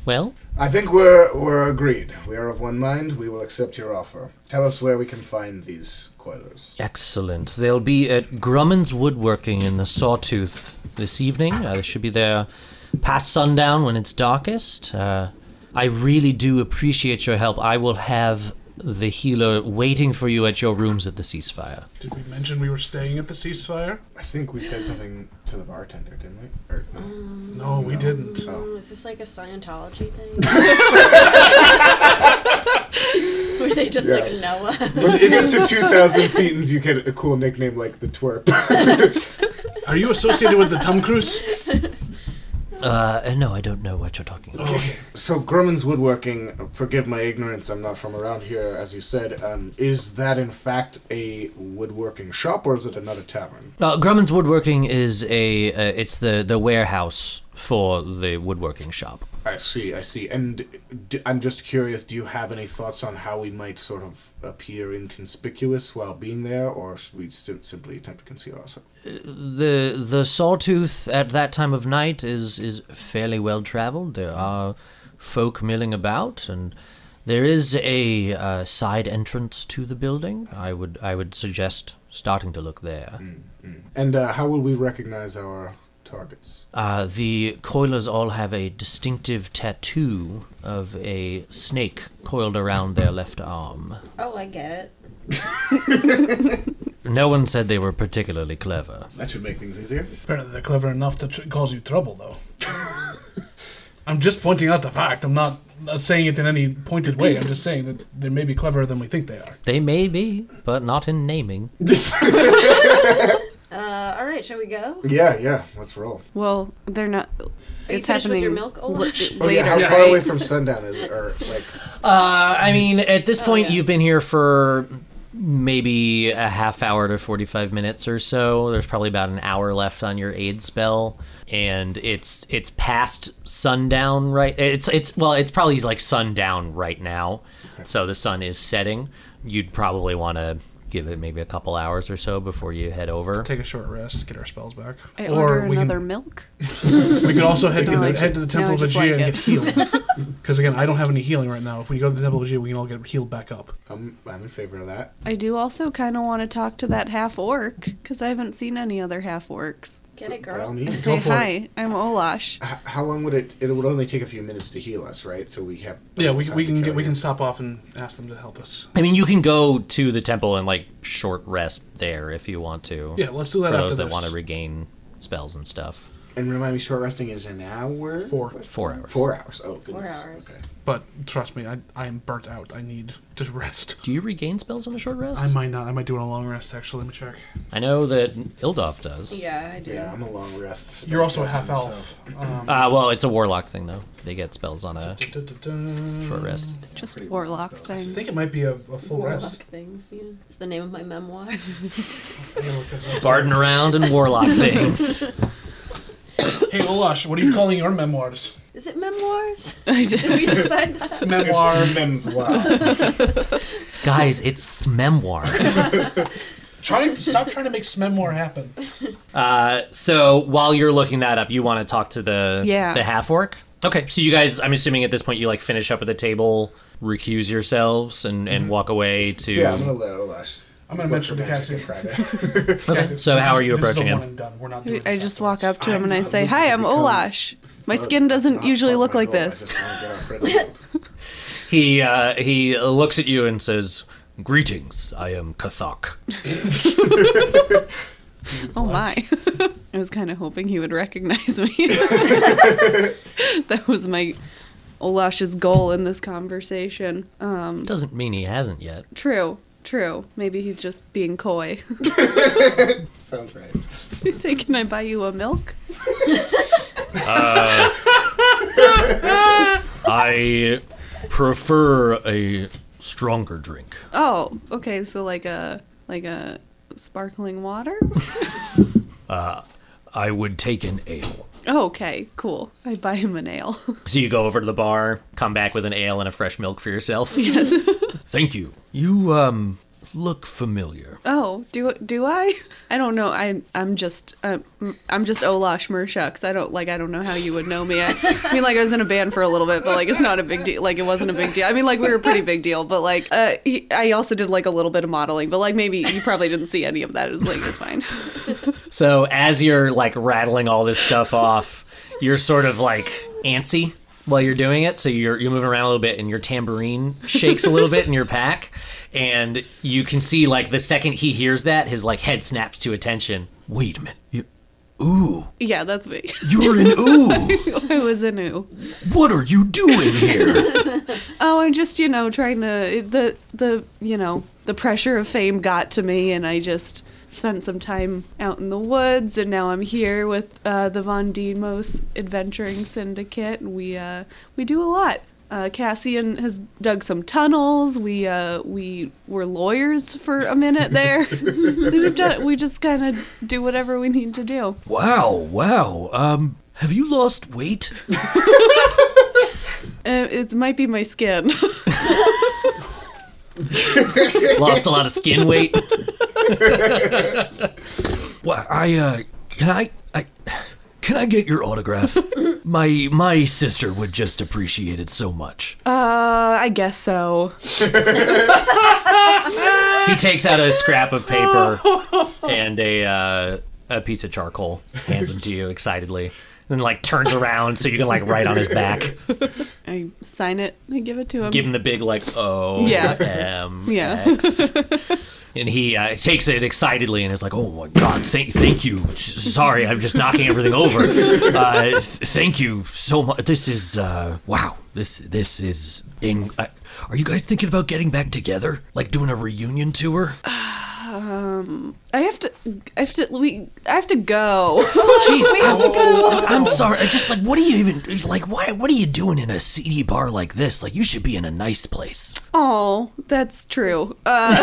Speaker 4: "Well,
Speaker 8: I think we're we're agreed. We are of one mind. We will accept your offer. Tell us where we can find these coilers.
Speaker 4: Excellent. They'll be at Grumman's Woodworking in the Sawtooth this evening. Uh, they should be there past sundown when it's darkest. Uh, I really do appreciate your help. I will have the healer waiting for you at your rooms at the ceasefire.
Speaker 6: Did we mention we were staying at the ceasefire?
Speaker 8: I think we said something to the bartender, didn't we? Or, no.
Speaker 6: No, we didn't.
Speaker 7: Oh, is this like a Scientology thing? We're they just like know us.
Speaker 8: Once you get to 2,000 thetans, you get a cool nickname like the twerp.
Speaker 6: Are you associated with the Tum Cruise?
Speaker 4: Uh, no, I don't know what you're talking about.
Speaker 8: so, Grumman's Woodworking, uh, forgive my ignorance, I'm not from around here, as you said, um, is that in fact a woodworking shop or is it another tavern?
Speaker 4: Uh, Grumman's Woodworking is a uh, it's the the warehouse for the woodworking shop.
Speaker 8: I see, I see. And d- I'm just curious, do you have any thoughts on how we might sort of appear inconspicuous while being there, or should we sim- simply attempt to conceal ourselves?
Speaker 4: the The sawtooth at that time of night is is fairly well traveled. There are folk milling about, and there is a uh, side entrance to the building. I would I would suggest starting to look there.
Speaker 8: And uh, how will we recognize our targets?
Speaker 4: Uh, the coilers all have a distinctive tattoo of a snake coiled around their left arm.
Speaker 7: Oh, I get it.
Speaker 4: No one said they were particularly clever.
Speaker 8: That should make things easier.
Speaker 6: Apparently, they're clever enough to tr- cause you trouble, though. I'm just pointing out the fact. I'm not, not saying it in any pointed way. I'm just saying that they may be cleverer than we think they are.
Speaker 4: They may be, but not in naming.
Speaker 7: Uh, all right, shall we go?
Speaker 8: Yeah, yeah, let's roll.
Speaker 9: Well, they're not.
Speaker 7: Are you
Speaker 9: it's
Speaker 7: finished
Speaker 9: happening
Speaker 7: with your milk, Olaf?
Speaker 9: later.
Speaker 8: Oh, yeah, how far
Speaker 9: right?
Speaker 8: away from sundown is it? Or, like,
Speaker 4: Uh,
Speaker 6: Mm.
Speaker 4: I mean, at
Speaker 6: Oh,
Speaker 4: this point,
Speaker 7: yeah.
Speaker 4: you've been here for maybe a half hour to 45 minutes or so. There's probably about an hour left on your aid spell, and it's it's past sundown right. It's it's well, it's probably like sundown right now. So the sun is setting. You'd probably want to give it maybe a couple hours or so before you head over.
Speaker 6: Take a short rest, get our spells back.
Speaker 9: I order
Speaker 6: we
Speaker 9: another
Speaker 6: can,
Speaker 9: milk.
Speaker 6: we can also head to, the,
Speaker 9: Take it.
Speaker 6: head to the
Speaker 9: No,
Speaker 6: Temple of
Speaker 9: just
Speaker 6: Aegea and
Speaker 9: like
Speaker 6: get healed. Because, again, I don't have any healing right now. If we go to the Temple of Aegea, we can all get healed back up.
Speaker 8: I'm, I'm in favor of that.
Speaker 9: I do also kind of want to talk to that half orc because I haven't seen any other half orcs.
Speaker 7: Get it,
Speaker 8: By all
Speaker 7: girl.
Speaker 8: means,
Speaker 9: Say
Speaker 8: go for
Speaker 9: hi,
Speaker 8: it.
Speaker 9: I'm Olash.
Speaker 8: H- how long would it? It would only take a few minutes to heal us, right? So we have.
Speaker 6: Yeah, we,
Speaker 8: time
Speaker 6: we
Speaker 8: to
Speaker 6: can
Speaker 8: kill
Speaker 6: get, we
Speaker 8: you.
Speaker 6: can stop off and ask them to help us.
Speaker 4: I mean, you can go to the temple and like short rest there if you want to.
Speaker 6: Yeah, let's do
Speaker 4: for
Speaker 6: that after
Speaker 4: those that
Speaker 6: this.
Speaker 4: want to regain spells and stuff.
Speaker 8: And remind me, short resting is an hour.
Speaker 6: Four.
Speaker 4: Four hours.
Speaker 8: Four hours. Oh goodness.
Speaker 7: hours.
Speaker 8: Okay.
Speaker 6: But trust me, I, I am burnt out. I need to rest.
Speaker 4: Do you regain spells on a short rest?
Speaker 6: I might not. I might do it on a long rest, actually. Let me check.
Speaker 4: I know that Ildov does.
Speaker 7: Yeah, I do.
Speaker 8: Yeah, I'm a long rest. spell
Speaker 6: You're also a
Speaker 8: person,
Speaker 6: half elf. Um,
Speaker 4: Uh, well, it's a warlock thing though. They get spells on a
Speaker 6: I
Speaker 4: short rest.
Speaker 9: Just warlock things.
Speaker 6: think it might be a, a full
Speaker 7: Warlock
Speaker 6: rest.
Speaker 7: things. Yeah, it's the name of my memoir.
Speaker 4: Barding around and warlock things.
Speaker 6: Hey Olash, what are you calling your memoirs?
Speaker 7: Is it memoirs?
Speaker 9: I just-
Speaker 7: We decide that.
Speaker 6: Memoir.
Speaker 8: So. Mems, wow.
Speaker 4: Guys, it's memoir.
Speaker 6: Try stop trying to make memoir happen.
Speaker 4: Uh, so while you're looking that up, you want to talk to the
Speaker 9: Yeah.
Speaker 4: the half orc. Okay, so you guys, I'm assuming at this point you like finish up at the table, recuse yourselves, and, and walk away to.
Speaker 8: yeah, I'm gonna let Olash.
Speaker 6: I'm gonna mention to Cassie.
Speaker 4: okay. So how are you approaching him?
Speaker 9: I just walk up to him and I say, "Hi, I'm Olash. My skin doesn't
Speaker 8: Oh
Speaker 9: usually look like this."
Speaker 4: He uh, he looks at you and says, "Greetings, I am Kathok."
Speaker 9: Oh my! I was kind of hoping he would recognize me. that was my Olash's goal in this conversation. Um,
Speaker 4: Doesn't mean he hasn't yet.
Speaker 9: true, true. Maybe he's just being coy.
Speaker 8: Sounds right.
Speaker 9: I say, "Can I buy you a milk?"
Speaker 4: I prefer a stronger drink.
Speaker 9: Oh, okay. So like a like a sparkling water.
Speaker 4: I would take an ale.
Speaker 9: Okay, cool. I buy him an ale.
Speaker 4: So you go over to the bar, come back with an ale and a fresh milk for yourself.
Speaker 9: Yes.
Speaker 4: Thank you. You um look familiar.
Speaker 9: Oh, do do I? I don't know. I I'm just uh, m- I'm just Olash Mershucks. I don't like I don't know how you would know me. I, I mean, like I was in a band for a little bit, but like it's not a big deal. Like it wasn't a big deal. I mean, like we were a pretty big deal, but like uh, he- I also did like a little bit of modeling, but like maybe you probably didn't see any of that. It's like it's fine.
Speaker 4: So as you're like rattling all this stuff off, you're sort of like antsy while you're doing it. So you're you move around a little bit and your tambourine shakes a little bit in your pack. And you can see like the second he hears that, his like head snaps to attention. Wait a minute. You
Speaker 10: Ooh,
Speaker 9: Yeah, that's me.
Speaker 10: you're an ooh.
Speaker 9: I was a new.
Speaker 10: What are you doing here?
Speaker 9: Oh, I'm just you know trying to it- the the you know the pressure of fame got to me, and I just spent some time out in the woods, and now I'm here with uh, the Von Demos Adventuring Syndicate. and We uh, we do a lot. Uh, Cassian has dug some tunnels. We uh, we were lawyers for a minute there. We've done. We just kind of do whatever we need to do.
Speaker 10: Wow, wow. Um, have you lost weight?
Speaker 9: Uh, it might be my skin. Uh,
Speaker 4: Lost a lot of skin weight.
Speaker 10: Well, I uh, can I, I can I get your autograph? my my sister would just appreciate it so much.
Speaker 9: uh, I guess so.
Speaker 4: He takes out a scrap of paper and a uh, a piece of charcoal, hands them to you excitedly, and like turns around so you can like write on his back.
Speaker 9: I sign it. I give it to him.
Speaker 4: Give him the big like O
Speaker 9: Yeah.
Speaker 4: M
Speaker 9: Yeah.
Speaker 4: X. And he uh, takes it excitedly and is like, "Oh my God! Thank, thank you. S- Sorry, I'm just knocking everything over. Uh, th- thank you so much. This is uh, wow. This this is in. Uh, are you guys thinking about getting back together, like doing a reunion tour?
Speaker 9: I have to. I have to. We. I have to go.
Speaker 10: Jeez,
Speaker 9: we have to go.
Speaker 10: I'm sorry. I just like, what are you even like? Why? What are you doing in a seedy bar like this? Like, you should be in a nice place.
Speaker 9: Oh, that's true. Uh,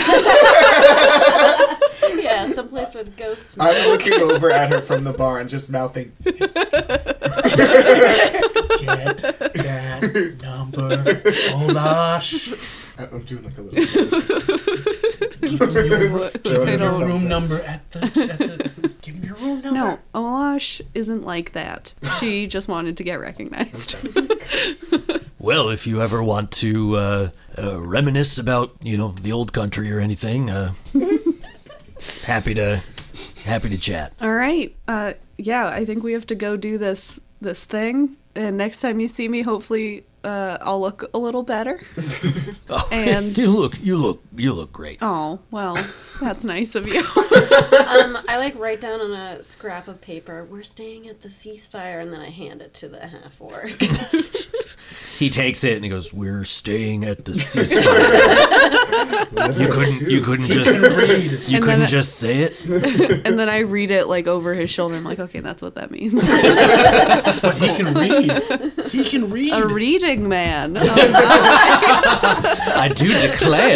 Speaker 7: Yeah, someplace with goats.
Speaker 8: I'm looking over at her from the bar and just mouthing.
Speaker 6: Get that number. Hold gosh.
Speaker 8: I- I'm doing like a little.
Speaker 6: Give me your
Speaker 8: Thumbs
Speaker 6: room
Speaker 8: up.
Speaker 6: number at the, at the. Give me your room number.
Speaker 9: no, Olash isn't like that. She just wanted to get recognized.
Speaker 10: Well, if you ever want to uh, uh, reminisce about, you know, the old country or anything, uh, happy to happy to chat.
Speaker 9: All right. Uh, yeah, I think we have to go do this this thing. And next time you see me, hopefully, uh, I'll look a little better. And-
Speaker 10: Oh. you look, you look, you look great.
Speaker 9: Oh, well, that's nice of you.
Speaker 7: Um, I like write down on a scrap of paper, we're staying at the ceasefire, and then I hand it to the half orc.
Speaker 4: He takes it and he goes, "We're staying at the ceasefire. you couldn't, you couldn't just, you
Speaker 9: And
Speaker 4: couldn't
Speaker 9: then- uh,
Speaker 4: just say it.
Speaker 9: and then I read it like over his shoulder. I'm like, okay, that's what that means.
Speaker 6: But he can read. He can read.
Speaker 9: A reading man. Oh,
Speaker 4: I do declare."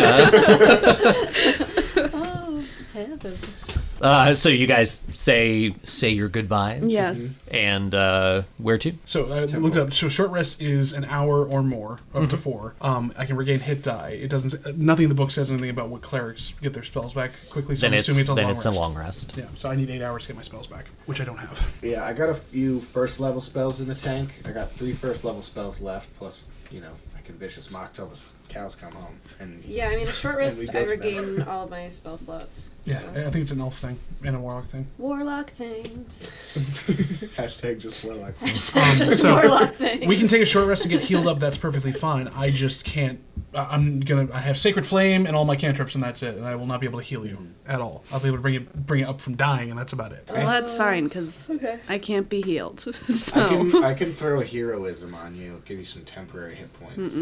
Speaker 7: Heavens.
Speaker 4: Uh, so you guys say say your goodbyes.
Speaker 9: yes.
Speaker 4: And uh, where to?
Speaker 6: So I looked it up. So short rest is an hour or more, up
Speaker 4: Mm-hmm.
Speaker 6: to four. Um, I can regain hit die. It doesn't. s- uh, Nothing in the book says anything about what clerics get their spells back quickly. So
Speaker 4: Then
Speaker 6: I'm
Speaker 4: it's
Speaker 6: assuming it's a
Speaker 4: then
Speaker 6: long
Speaker 4: it's
Speaker 6: rest.
Speaker 4: a long rest.
Speaker 6: Yeah. So I need eight hours to get my spells back, which I don't have.
Speaker 8: Yeah, I got a few first level spells in the tank. I got three first level spells left, plus you know I can vicious mock till the s- cows come home. And
Speaker 7: Yeah, I mean, a short rest,
Speaker 8: go
Speaker 7: I
Speaker 8: to that.
Speaker 7: regain all of my spell slots. So.
Speaker 6: Yeah. I I think it's an elf thing and a warlock thing.
Speaker 7: Warlock things.
Speaker 8: hashtag just more like
Speaker 7: Just
Speaker 6: so-
Speaker 7: warlock things.
Speaker 6: We can take a short rest and get healed up. That's perfectly fine. I just can't. I- I'm gonna. I have sacred flame and all my cantrips, and that's it. And I will not be able to heal you at all. I'll be able to bring it bring it up from dying, and that's about it.
Speaker 9: Well, that's fine because
Speaker 7: Okay.
Speaker 9: I can't be healed.
Speaker 8: I
Speaker 9: So
Speaker 8: can I can throw a heroism on you, give you some temporary hit points.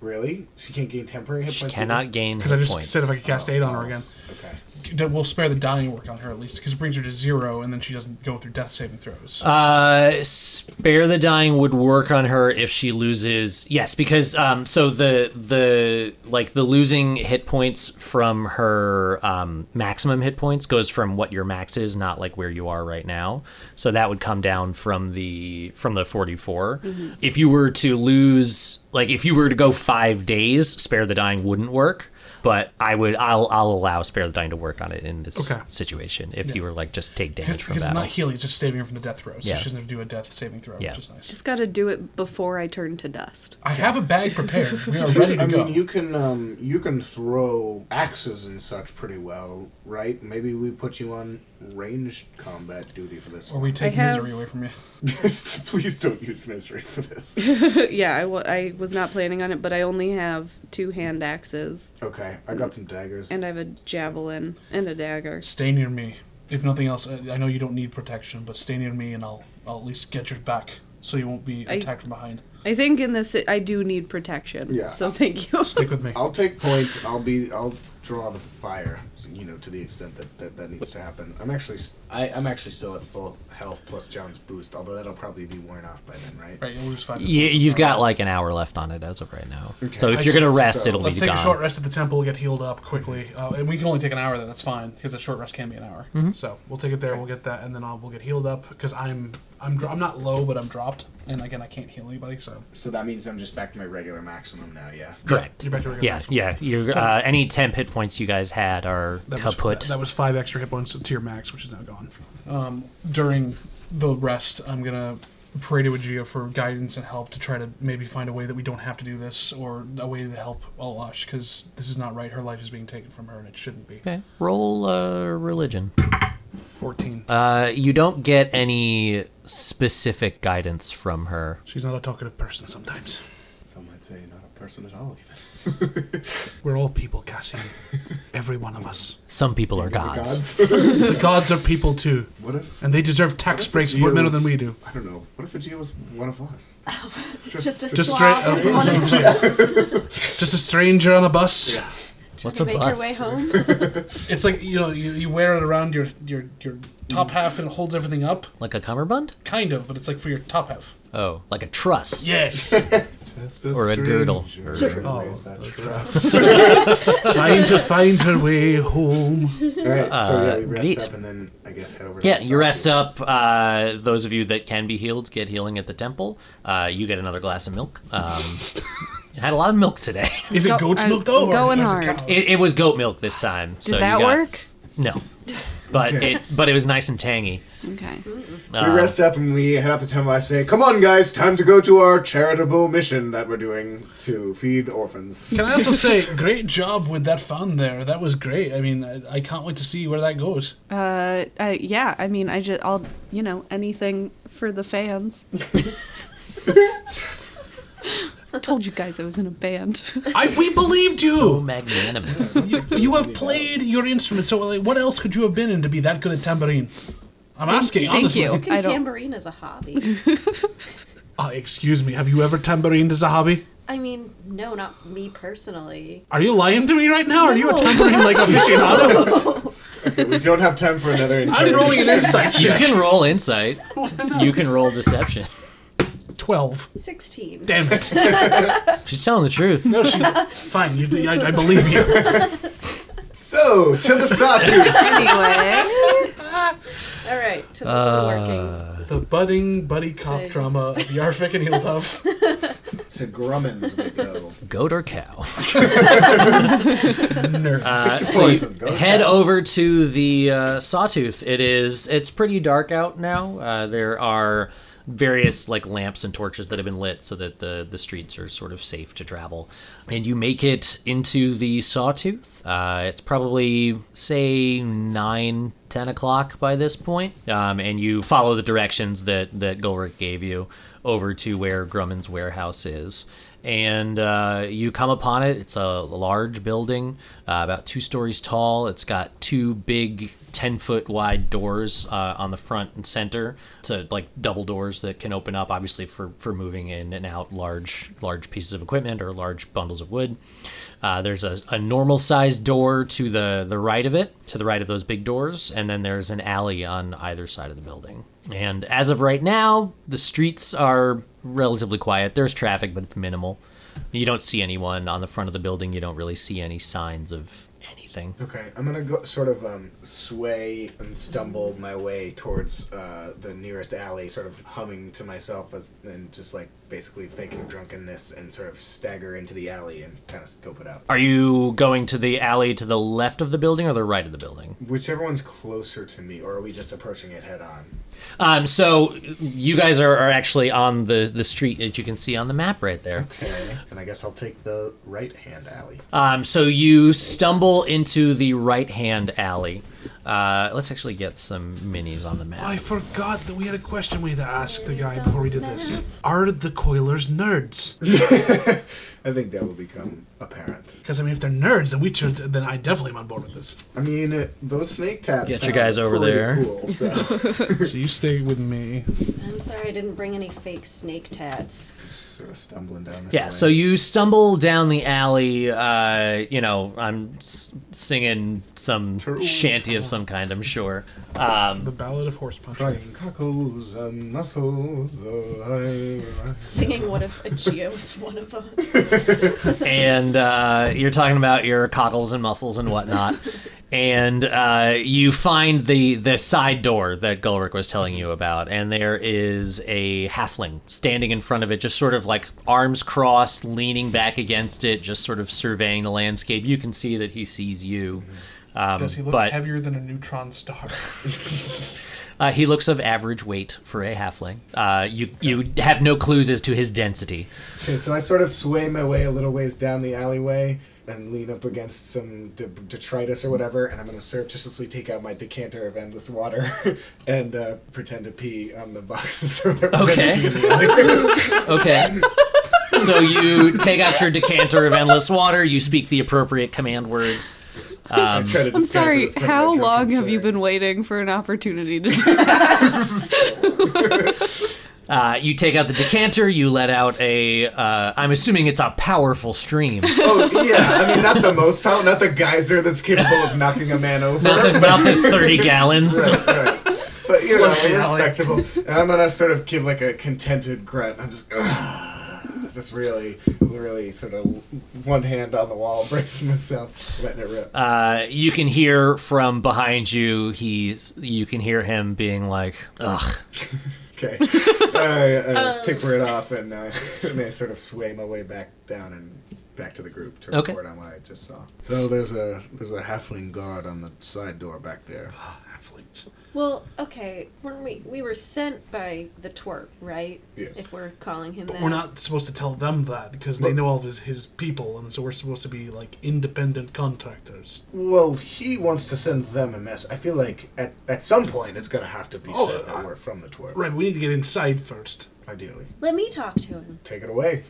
Speaker 8: Really? She can't gain temporary hit
Speaker 4: She
Speaker 8: points.
Speaker 4: cannot gain
Speaker 6: Because I
Speaker 4: hit
Speaker 6: just
Speaker 4: points.
Speaker 6: said if I could cast eight on her again.
Speaker 8: Okay.
Speaker 6: that will spare the dying work on her at least because it brings her to zero and then she doesn't go through death saving throws
Speaker 4: Uh, spare the dying would work on her if she loses. Yes, because um, so the the like the losing hit points from her um maximum hit points goes from what your max is, not like where you are right now. So that would come down from the from the forty If you were to lose, like if you were to go five days, spare the dying wouldn't work. But I would, I'll, I'll allow spare the dying to work on it in this
Speaker 6: Okay.
Speaker 4: situation. If you were like just take damage
Speaker 6: because
Speaker 4: from
Speaker 6: it's
Speaker 4: that.
Speaker 6: not healing it's just saving her from the death throw so
Speaker 4: Yeah.
Speaker 6: she doesn't have to do a death saving throw
Speaker 4: Yeah.
Speaker 6: which is nice
Speaker 9: just got to do it before I turn to dust.
Speaker 6: I have a bag prepared we are ready to
Speaker 8: I
Speaker 6: go
Speaker 8: mean, you can um, you can throw axes and such pretty well, right? Maybe we put you on ranged combat duty for this.
Speaker 6: or we take
Speaker 9: I have-
Speaker 6: misery away from you
Speaker 8: Please don't use misery for this.
Speaker 9: yeah, I, w- I was not planning on it, but I only have two hand axes,
Speaker 8: Okay, I got some daggers.
Speaker 9: and I have a javelin and a dagger.
Speaker 6: stay near me If nothing else, I I know you don't need protection, but stay near me and I'll, I'll at least get your back so you won't be
Speaker 9: I-
Speaker 6: attacked from behind.
Speaker 9: I think in this I do need protection.
Speaker 8: Yeah.
Speaker 9: So thank you.
Speaker 6: Stick with me.
Speaker 8: I'll take points. I'll be. I'll draw the fire. You know, to the extent that that, that needs to happen. I'm actually. s- I, am actually still at full health plus John's boost. Although that'll probably be worn off by then, right?
Speaker 6: Right, we'll just find
Speaker 4: You, you've got like an hour left on it as of right now.
Speaker 8: Okay.
Speaker 4: So if
Speaker 8: I
Speaker 4: you're
Speaker 8: see.
Speaker 4: gonna rest,
Speaker 8: So
Speaker 4: it'll
Speaker 6: Let's
Speaker 4: be
Speaker 6: take
Speaker 4: gone.
Speaker 6: a short rest at the temple, get healed up quickly, uh, and we can only take an hour. Then that's fine because a short rest can be an hour.
Speaker 4: Mm-hmm.
Speaker 6: So we'll take it there. We'll get that, and then I'll, we'll get healed up because I'm I'm dro- I'm not low, but I'm dropped, and again I can't heal anybody. So
Speaker 8: So that means I'm just back to my regular maximum now. Yeah.
Speaker 4: Correct.
Speaker 6: you're back to regular
Speaker 4: Yeah,
Speaker 6: maximum.
Speaker 4: yeah. You're, uh, any temp hit points you guys had are
Speaker 6: That was,
Speaker 4: kaput.
Speaker 6: that was five extra hit points to your max, which is now gone. Um, during the rest, I'm gonna pray to Ageo for guidance and help to try to maybe find a way that we don't have to do this, or a way to help Alash because this is not right. Her life is being taken from her, and it shouldn't be.
Speaker 4: Okay. Roll uh, religion.
Speaker 6: Fourteen.
Speaker 4: Uh, you don't get any specific guidance from her.
Speaker 6: She's not a talkative person sometimes.
Speaker 8: Some might say not a person at all. Even.
Speaker 6: We're all people, Cassie. Every one of us.
Speaker 4: Some people are gods.
Speaker 6: The gods are people too,
Speaker 8: What if?
Speaker 6: and they deserve tax breaks more better than we do.
Speaker 8: I don't know. What if Aegea was one of us?
Speaker 7: Just a
Speaker 6: Just
Speaker 7: slob
Speaker 6: straight-
Speaker 7: in one of the
Speaker 6: Just a stranger on a bus.
Speaker 4: What's a
Speaker 7: make your
Speaker 4: bus?
Speaker 7: way home.
Speaker 6: It's like you know, you, you wear it around your your your top half and it holds everything up,
Speaker 4: Like a cummerbund?
Speaker 6: kind of, but it's like for your top half.
Speaker 4: Oh, like a truss.
Speaker 6: Yes.
Speaker 8: Just a
Speaker 4: Or a girdle.
Speaker 8: stranger with a trust.
Speaker 6: Trying to find her way home.
Speaker 8: All right. So yeah, we rest
Speaker 4: Uh, neat.
Speaker 8: up and then I guess head over.
Speaker 4: Yeah,
Speaker 8: to
Speaker 4: you rest up. Uh, those of you that can be healed get healing at the temple. Uh, you get another glass of milk. Um, I had a lot of milk today.
Speaker 6: Is it
Speaker 9: Go-
Speaker 6: goat's
Speaker 9: I'm
Speaker 6: milk though,
Speaker 9: going
Speaker 6: or is
Speaker 9: hard.
Speaker 6: it cow's?
Speaker 4: It, it was goat milk this time. so
Speaker 9: Did
Speaker 4: you
Speaker 9: that
Speaker 4: got-
Speaker 9: work?
Speaker 4: No, but it but it was nice and tangy.
Speaker 9: Okay.
Speaker 8: So we rest up and we head up the temple. I say, "Come on, guys, time to go to our charitable mission that we're doing to feed orphans."
Speaker 6: Can I also say, great job with that fun there. That was great. I mean, I, I can't wait to see where that goes.
Speaker 9: Uh, uh, yeah. I mean, I just, I'll, you know, anything for the fans. Told you guys I was in a band.
Speaker 6: I we believed you.
Speaker 4: So magnanimous.
Speaker 6: You, you have played your instrument, so like, what else could you have been in to be that good at tambourine? I'm asking,
Speaker 9: Thank
Speaker 6: honestly.
Speaker 9: you. I
Speaker 7: Fucking
Speaker 9: don't.
Speaker 7: tambourine is a hobby.
Speaker 6: Uh, excuse me, have you ever tambourined as a hobby?
Speaker 7: I mean, no, not me personally.
Speaker 6: Are you lying to me right now? Are you a
Speaker 7: No.
Speaker 6: tambourine like aficionado?
Speaker 8: we don't have time for another.
Speaker 6: I'm
Speaker 8: interrogation.
Speaker 6: rolling an insight
Speaker 4: you
Speaker 6: check.
Speaker 4: can roll insight. You can roll deception.
Speaker 6: 12.
Speaker 7: 16.
Speaker 6: Damn it.
Speaker 4: She's telling the truth.
Speaker 6: No, she, fine, you, do- I, I believe you.
Speaker 8: So to the Satu.
Speaker 9: Anyway.
Speaker 7: All right, to the
Speaker 9: Uh,
Speaker 7: woodworking.
Speaker 6: The budding buddy cop drama of Yarvik and Hildov.
Speaker 8: to Grumman's we go.
Speaker 4: Goat or cow?
Speaker 6: Nerds.
Speaker 4: Uh, so you
Speaker 8: Poison, goat or
Speaker 4: head over to the uh, Sawtooth. It is. It's pretty dark out now. Uh, there are various like lamps and torches that have been lit so that the the streets are sort of safe to travel. And you make it into the Sawtooth. Uh, it's probably say nine. 10 o'clock by this point, um, and you follow the directions that, that Gulric gave you over to where Grumman's warehouse is and uh, you come upon it. It's a large building, uh, about two stories tall. It's got two big, ten foot wide doors uh, on the front and center, so like double doors that can open up, obviously for for moving in and out large large pieces of equipment or large bundles of wood. Uh, there's a, a normal sized door to the the right of it, to the right of those big doors, and then there's an alley on either side of the building. And as of right now, the streets are relatively quiet. There's traffic, but it's minimal. You don't see anyone on the front of the building. You don't really see any signs of anything.
Speaker 8: Okay, I'm gonna go sort of um, sway and stumble my way towards uh, the nearest alley, sort of humming to myself as and just like basically faking drunkenness and sort of stagger into the alley and kind of scope it out.
Speaker 4: Are you going to the alley to the left of the building or the right of the building?
Speaker 8: Whichever one's closer to me, or are we just approaching it head on?
Speaker 4: Um, so you guys are, are actually on the, the street that you can see on the map right there.
Speaker 8: Okay, and I guess I'll take the right hand alley.
Speaker 4: Um, so you stumble into the right hand alley. Uh, let's actually get some minis on the
Speaker 6: I
Speaker 4: map.
Speaker 6: forgot that we had a question we had to ask the guy before we did this. Are the coilers nerds?
Speaker 8: I think that will become apparent.
Speaker 6: Because I mean, if they're nerds, then we should. Then I definitely am on board with this.
Speaker 8: I mean, uh, those snake tats.
Speaker 6: Get
Speaker 8: sound
Speaker 6: your guys over
Speaker 8: pretty
Speaker 6: there.
Speaker 8: Cool, so.
Speaker 6: so you stay with me.
Speaker 7: I'm sorry I didn't bring any fake snake tats.
Speaker 8: sort of stumbling down this.
Speaker 4: Yeah, so you stumble down the alley. Uh, you know, I'm s- singing some shanty of some kind, I'm sure. Um,
Speaker 6: The Ballad of Horse Punch.
Speaker 8: Crying cockles and muscles alive.
Speaker 7: Singing what if a Geo was one of them.
Speaker 4: and uh, you're talking about your cockles and muscles and whatnot. And uh, you find the, the side door that Gulric was telling you about, and there is a halfling standing in front of it, just sort of like arms crossed, leaning back against it, just sort of surveying the landscape. You can see that he sees you. Um,
Speaker 6: Does he look
Speaker 4: but,
Speaker 6: heavier than a neutron star?
Speaker 4: Uh, he looks of average weight for a halfling. Uh, you you have no clues as to his density.
Speaker 8: Okay, so I sort of sway my way a little ways down the alleyway and lean up against some de- detritus or whatever, and I'm going to surreptitiously take out my decanter of endless water and uh, pretend to pee on the boxes or whatever.
Speaker 4: Okay. Okay. So you take out your decanter of endless water. You speak the appropriate command word.
Speaker 8: I
Speaker 4: Um,
Speaker 8: try to
Speaker 9: I'm
Speaker 8: disguise it
Speaker 9: sorry.
Speaker 8: as part of my
Speaker 9: How
Speaker 8: drunken
Speaker 9: long have
Speaker 8: state.
Speaker 9: you been waiting for an opportunity to do that?
Speaker 4: uh, you take out the decanter. You let out a. Uh, I'm assuming it's a powerful stream.
Speaker 8: Oh, yeah. I mean, not the most power, not the geyser that's capable of knocking a man over.
Speaker 4: Not the, not the 30 gallons.
Speaker 8: But, you know,
Speaker 4: Flush the alley.
Speaker 8: respectable. And I'm going to sort of give like a contented grunt. I'm just. Just really, really sort of one hand on the wall, bracing myself, letting it rip.
Speaker 4: Uh, you can hear from behind you. He's. You can hear him being like, "Ugh."
Speaker 8: Okay. I, I take word off and, uh, and I sort of sway my way back down and back to the group to
Speaker 4: Okay.
Speaker 8: report on what I just saw. So there's a there's a halfling guard on the side door back there.
Speaker 7: Well, okay, weren't we we were sent by the twerp, right?
Speaker 8: Yes.
Speaker 7: If we're calling him
Speaker 6: But
Speaker 7: that.
Speaker 6: we're not supposed to tell them that because they know all of his, his people, and so we're supposed to be like independent contractors.
Speaker 8: Well, he wants to send them a mess. I feel like at, at some point it's gonna have to be
Speaker 6: Oh,
Speaker 8: said that
Speaker 6: uh,
Speaker 8: we're from the twerp.
Speaker 6: Right, but we need to get inside first.
Speaker 8: Ideally,
Speaker 7: Let me talk to him.
Speaker 8: take it away.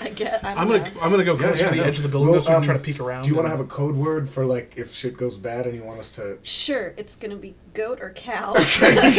Speaker 7: I get. I
Speaker 6: I'm
Speaker 7: don't
Speaker 6: gonna
Speaker 7: know.
Speaker 6: I'm gonna go close to the
Speaker 8: no.
Speaker 6: edge of the building
Speaker 8: Well,
Speaker 6: though, so we can
Speaker 8: um,
Speaker 6: try to peek around.
Speaker 8: Do you want to
Speaker 6: and-
Speaker 8: have a code word for like if shit goes bad and you want us to?
Speaker 7: Sure, it's gonna be goat or cow.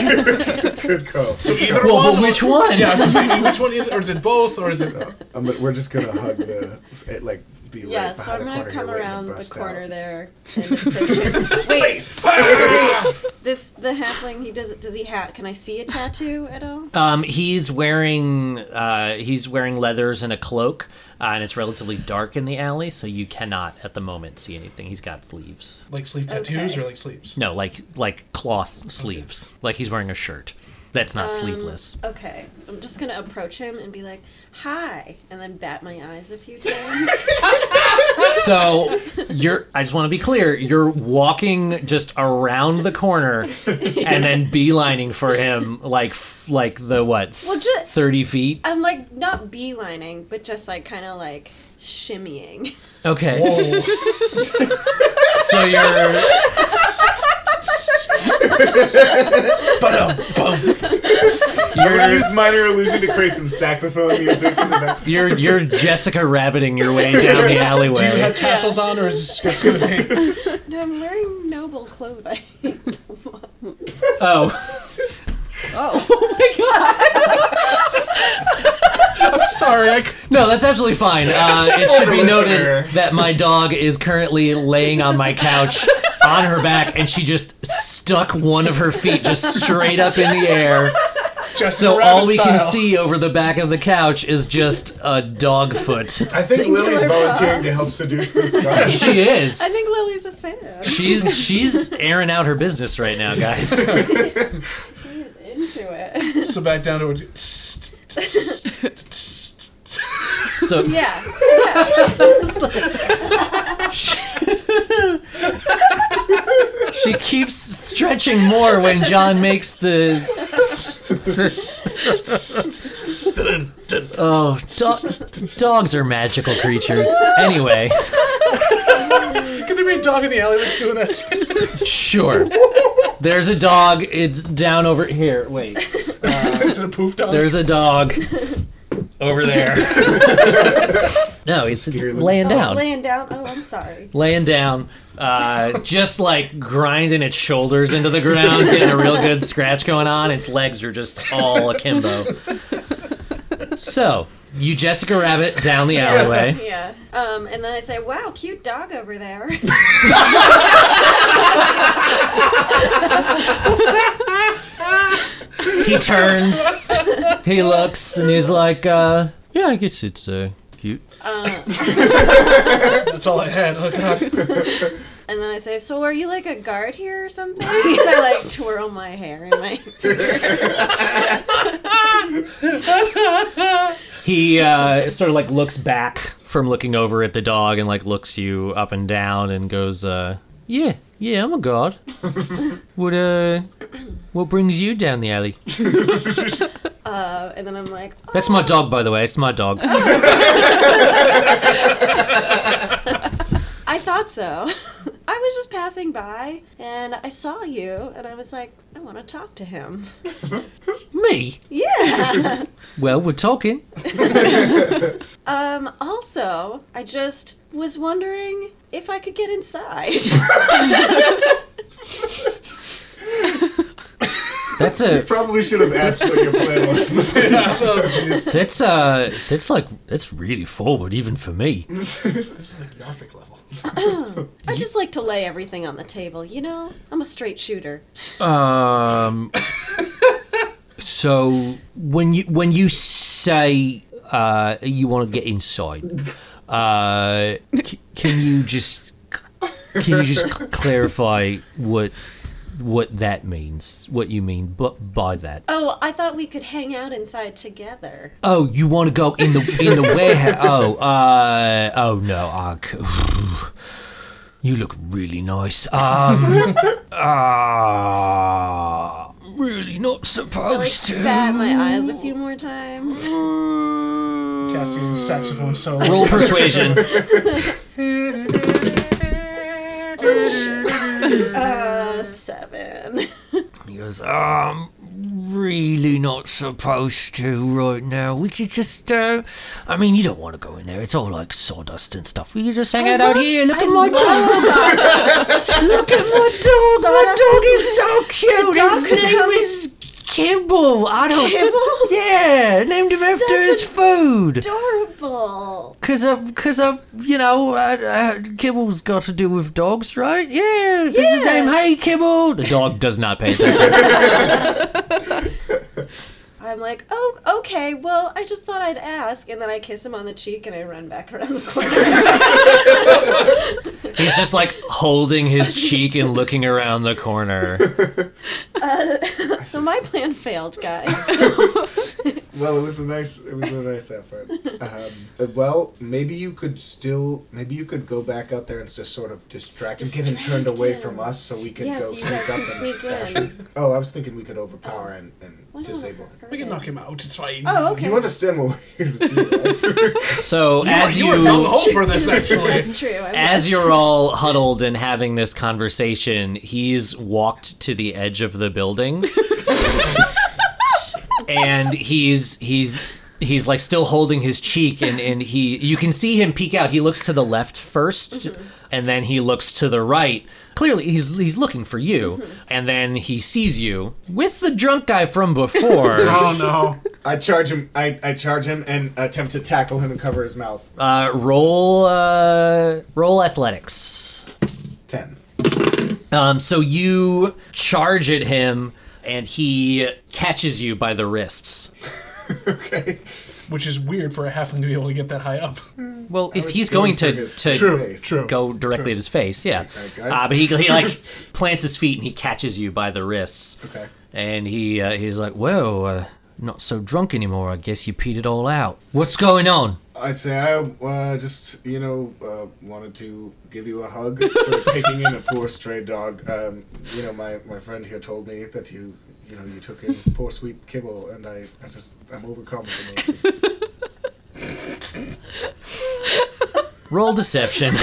Speaker 8: Good code.
Speaker 4: Well, but which one?
Speaker 6: Yeah, I was thinking, which one is, it? or is it both, or is it?
Speaker 8: Um, but we're just gonna hug the it, like be
Speaker 7: yeah,
Speaker 8: right
Speaker 7: so I'm gonna
Speaker 8: behind the corner here
Speaker 7: come
Speaker 8: waiting to
Speaker 7: around the
Speaker 8: bust
Speaker 7: corner
Speaker 8: out.
Speaker 7: there. And approach him. Wait, sorry. This the halfling. He does. Does he have? Can I see a tattoo at all?
Speaker 4: Um, he's wearing uh, he's wearing leathers and a cloak, uh, and it's relatively dark in the alley, so you cannot at the moment see anything. He's got sleeves.
Speaker 6: Like sleeve tattoos
Speaker 7: Okay.
Speaker 6: or like sleeves?
Speaker 4: No, like like cloth sleeves. Like he's wearing a shirt. That's
Speaker 6: Um.
Speaker 4: not sleeveless.
Speaker 7: Okay, I'm just gonna approach him and be like, "Hi," and then bat my eyes a few times.
Speaker 4: So you're I just want to be clear, you're walking just around the corner and then beelining for him like like the what?
Speaker 7: Well, ju-
Speaker 4: 30 feet.
Speaker 7: I'm like not beelining, but just like kind of like shimmying.
Speaker 4: Okay. So you're
Speaker 8: We're gonna use minor illusion to create some saxophone music. in the back.
Speaker 4: You're you're Jessica rabbiting your way down the alleyway.
Speaker 6: Do you have tassels on, or is this just gonna be?
Speaker 7: No, I'm wearing noble clothing.
Speaker 4: oh,
Speaker 6: I'm sorry, I, c-
Speaker 4: no, that's absolutely fine. Uh, it should be
Speaker 8: listener.
Speaker 4: noted that my dog is currently laying on my couch on her back, and she just stuck one of her feet just straight up in the air.
Speaker 6: just
Speaker 4: So all we can
Speaker 6: style.
Speaker 4: see over the back of the couch is just a dog foot.
Speaker 8: I think Lily's volunteering to help seduce this guy.
Speaker 4: She is.
Speaker 7: I think Lily's a fan.
Speaker 4: She's she's airing out her business right now, guys.
Speaker 7: She is into it.
Speaker 6: So back down to a.
Speaker 4: So
Speaker 7: yeah.
Speaker 4: she keeps stretching more when John makes the Oh, do- dogs are magical creatures. Anyway,
Speaker 6: Could there be a dog in the alley that's doing that?
Speaker 4: sure. There's a dog. It's down over here. Wait.
Speaker 6: Is it a poof dog?
Speaker 4: There's a dog over there. No, it's
Speaker 8: Spearland.
Speaker 4: laying
Speaker 7: Oh, it's
Speaker 4: down.
Speaker 7: laying down. Oh, I'm sorry.
Speaker 4: laying down, uh, just like grinding its shoulders into the ground, getting a real good scratch going on. Its legs are just all akimbo. So you Jessica Rabbit down the alleyway.
Speaker 7: Yeah. Um, and then I say, "Wow, cute dog over there."
Speaker 4: He turns, he looks, and he's like, uh, "Yeah, I guess it's uh, cute."
Speaker 6: That's all I had. Oh, God.
Speaker 7: and then I say, "So are you like a guard here or something?" and I like twirl my hair and my.
Speaker 4: He uh, sort of like looks back from looking over at the dog and like looks you up and down and goes, uh, "Yeah, yeah, I'm a god." what uh, what brings you down the alley?
Speaker 7: Uh, and then I'm like, oh,
Speaker 4: That's my dog, by the way. It's my dog.
Speaker 7: "I thought so." I was just passing by and I saw you, and I was like, "I want to talk to him."
Speaker 4: Me? Yeah. well, we're talking.
Speaker 7: Um, also, I just was wondering if I could get inside.
Speaker 4: That's a
Speaker 8: Probably should have asked what your plan was.
Speaker 6: So, jeez.
Speaker 4: that's uh that's like that's really forward even for me.
Speaker 6: This is like Yarvik level.
Speaker 7: I just like to lay everything on the table, you know? I'm a straight shooter.
Speaker 4: Um so when you when you say uh you want to get inside uh c- can you just can you just clarify what what that means what you mean but by that
Speaker 7: Oh, I thought we could hang out inside together.
Speaker 4: Oh, you want to go in the in the warehouse? Oh, uh, oh no, I c- you look really nice. Um, ah, really not
Speaker 7: Like,
Speaker 4: supposed to.
Speaker 7: bat my eyes a few more times.
Speaker 6: Cassian's saxophone solo.
Speaker 4: Roll persuasion.
Speaker 7: Uh, seven.
Speaker 10: He goes, um, really not supposed to right now. We could just, uh, I mean, you don't want to go in there. It's all like sawdust and stuff. We could just hang out out here. Look at my dog. Look at my dog. my
Speaker 7: Sawdust
Speaker 10: dog
Speaker 7: is-
Speaker 10: is, so cute.
Speaker 7: dog
Speaker 10: His
Speaker 7: could
Speaker 10: name
Speaker 7: come in-
Speaker 10: is Kibble. I don't.
Speaker 7: Kibble?
Speaker 10: Yeah, named him after
Speaker 7: That's
Speaker 10: his food.
Speaker 7: Adorable.
Speaker 10: Cause I've, cause I've, you know, uh, uh, Kibble's got to do with dogs, right? Yeah. This is his
Speaker 7: Yeah.
Speaker 10: name. Hey, Kibble.
Speaker 4: The dog does not pay attention.
Speaker 7: I'm like, oh, okay, well, I just thought I'd ask. And then I kiss him on the cheek and I run back around the corner.
Speaker 4: He's just like holding his cheek and looking around the corner.
Speaker 7: so my plan failed, guys.
Speaker 8: Well, it was a nice, it was a nice effort. Um, uh, well, maybe you could still, maybe you could go back out there and just sort of distract him, get him turned
Speaker 7: Distract
Speaker 8: away
Speaker 7: him.
Speaker 8: from us, so we could
Speaker 7: yeah,
Speaker 8: go
Speaker 7: so you guys
Speaker 8: sneak up and.
Speaker 7: can sneak Oh. in.
Speaker 8: Oh, I was thinking we could overpower and, and
Speaker 7: Well,
Speaker 8: disable him.
Speaker 6: We can knock him out. It's fine.
Speaker 7: Oh, okay.
Speaker 8: You understand what we're here to do, right?
Speaker 4: So as
Speaker 6: You were not
Speaker 4: you
Speaker 6: home for this, actually.
Speaker 7: That's true. I'm
Speaker 4: as you're all huddled and having this conversation, he's walked to the edge of the building. and he's he's he's like still holding his cheek and and he you can see him peek out. He looks to the left 1st and then he looks to the right. Clearly he's he's looking for you and then he sees you with the drunk guy from before.
Speaker 6: Oh, no.
Speaker 8: I charge him. I, I charge him and attempt to tackle him and cover his mouth.
Speaker 4: Uh roll uh roll athletics.
Speaker 8: Ten.
Speaker 4: Um, so you charge at him, and he catches you by the wrists.
Speaker 8: Okay.
Speaker 6: Which is weird for a halfling to be able to get that high up.
Speaker 4: Well, if
Speaker 8: was
Speaker 4: he's going
Speaker 8: going for
Speaker 4: to,
Speaker 8: his-
Speaker 4: to
Speaker 8: True, true,
Speaker 4: go directly at his face, yeah.
Speaker 8: guys.
Speaker 4: Uh, but he, he like plants his feet and he catches you by the wrists.
Speaker 8: Okay.
Speaker 4: And he uh, he's like, "Well, uh, not so drunk anymore. I guess you peed it all out. What's going on?"
Speaker 8: I say I uh, just you know uh, wanted to give you a hug for taking in a poor stray dog. Um, you know my, my friend here told me that you you know you took in poor sweet kibble and I, I just I'm overcome with emotion.
Speaker 4: Roll deception.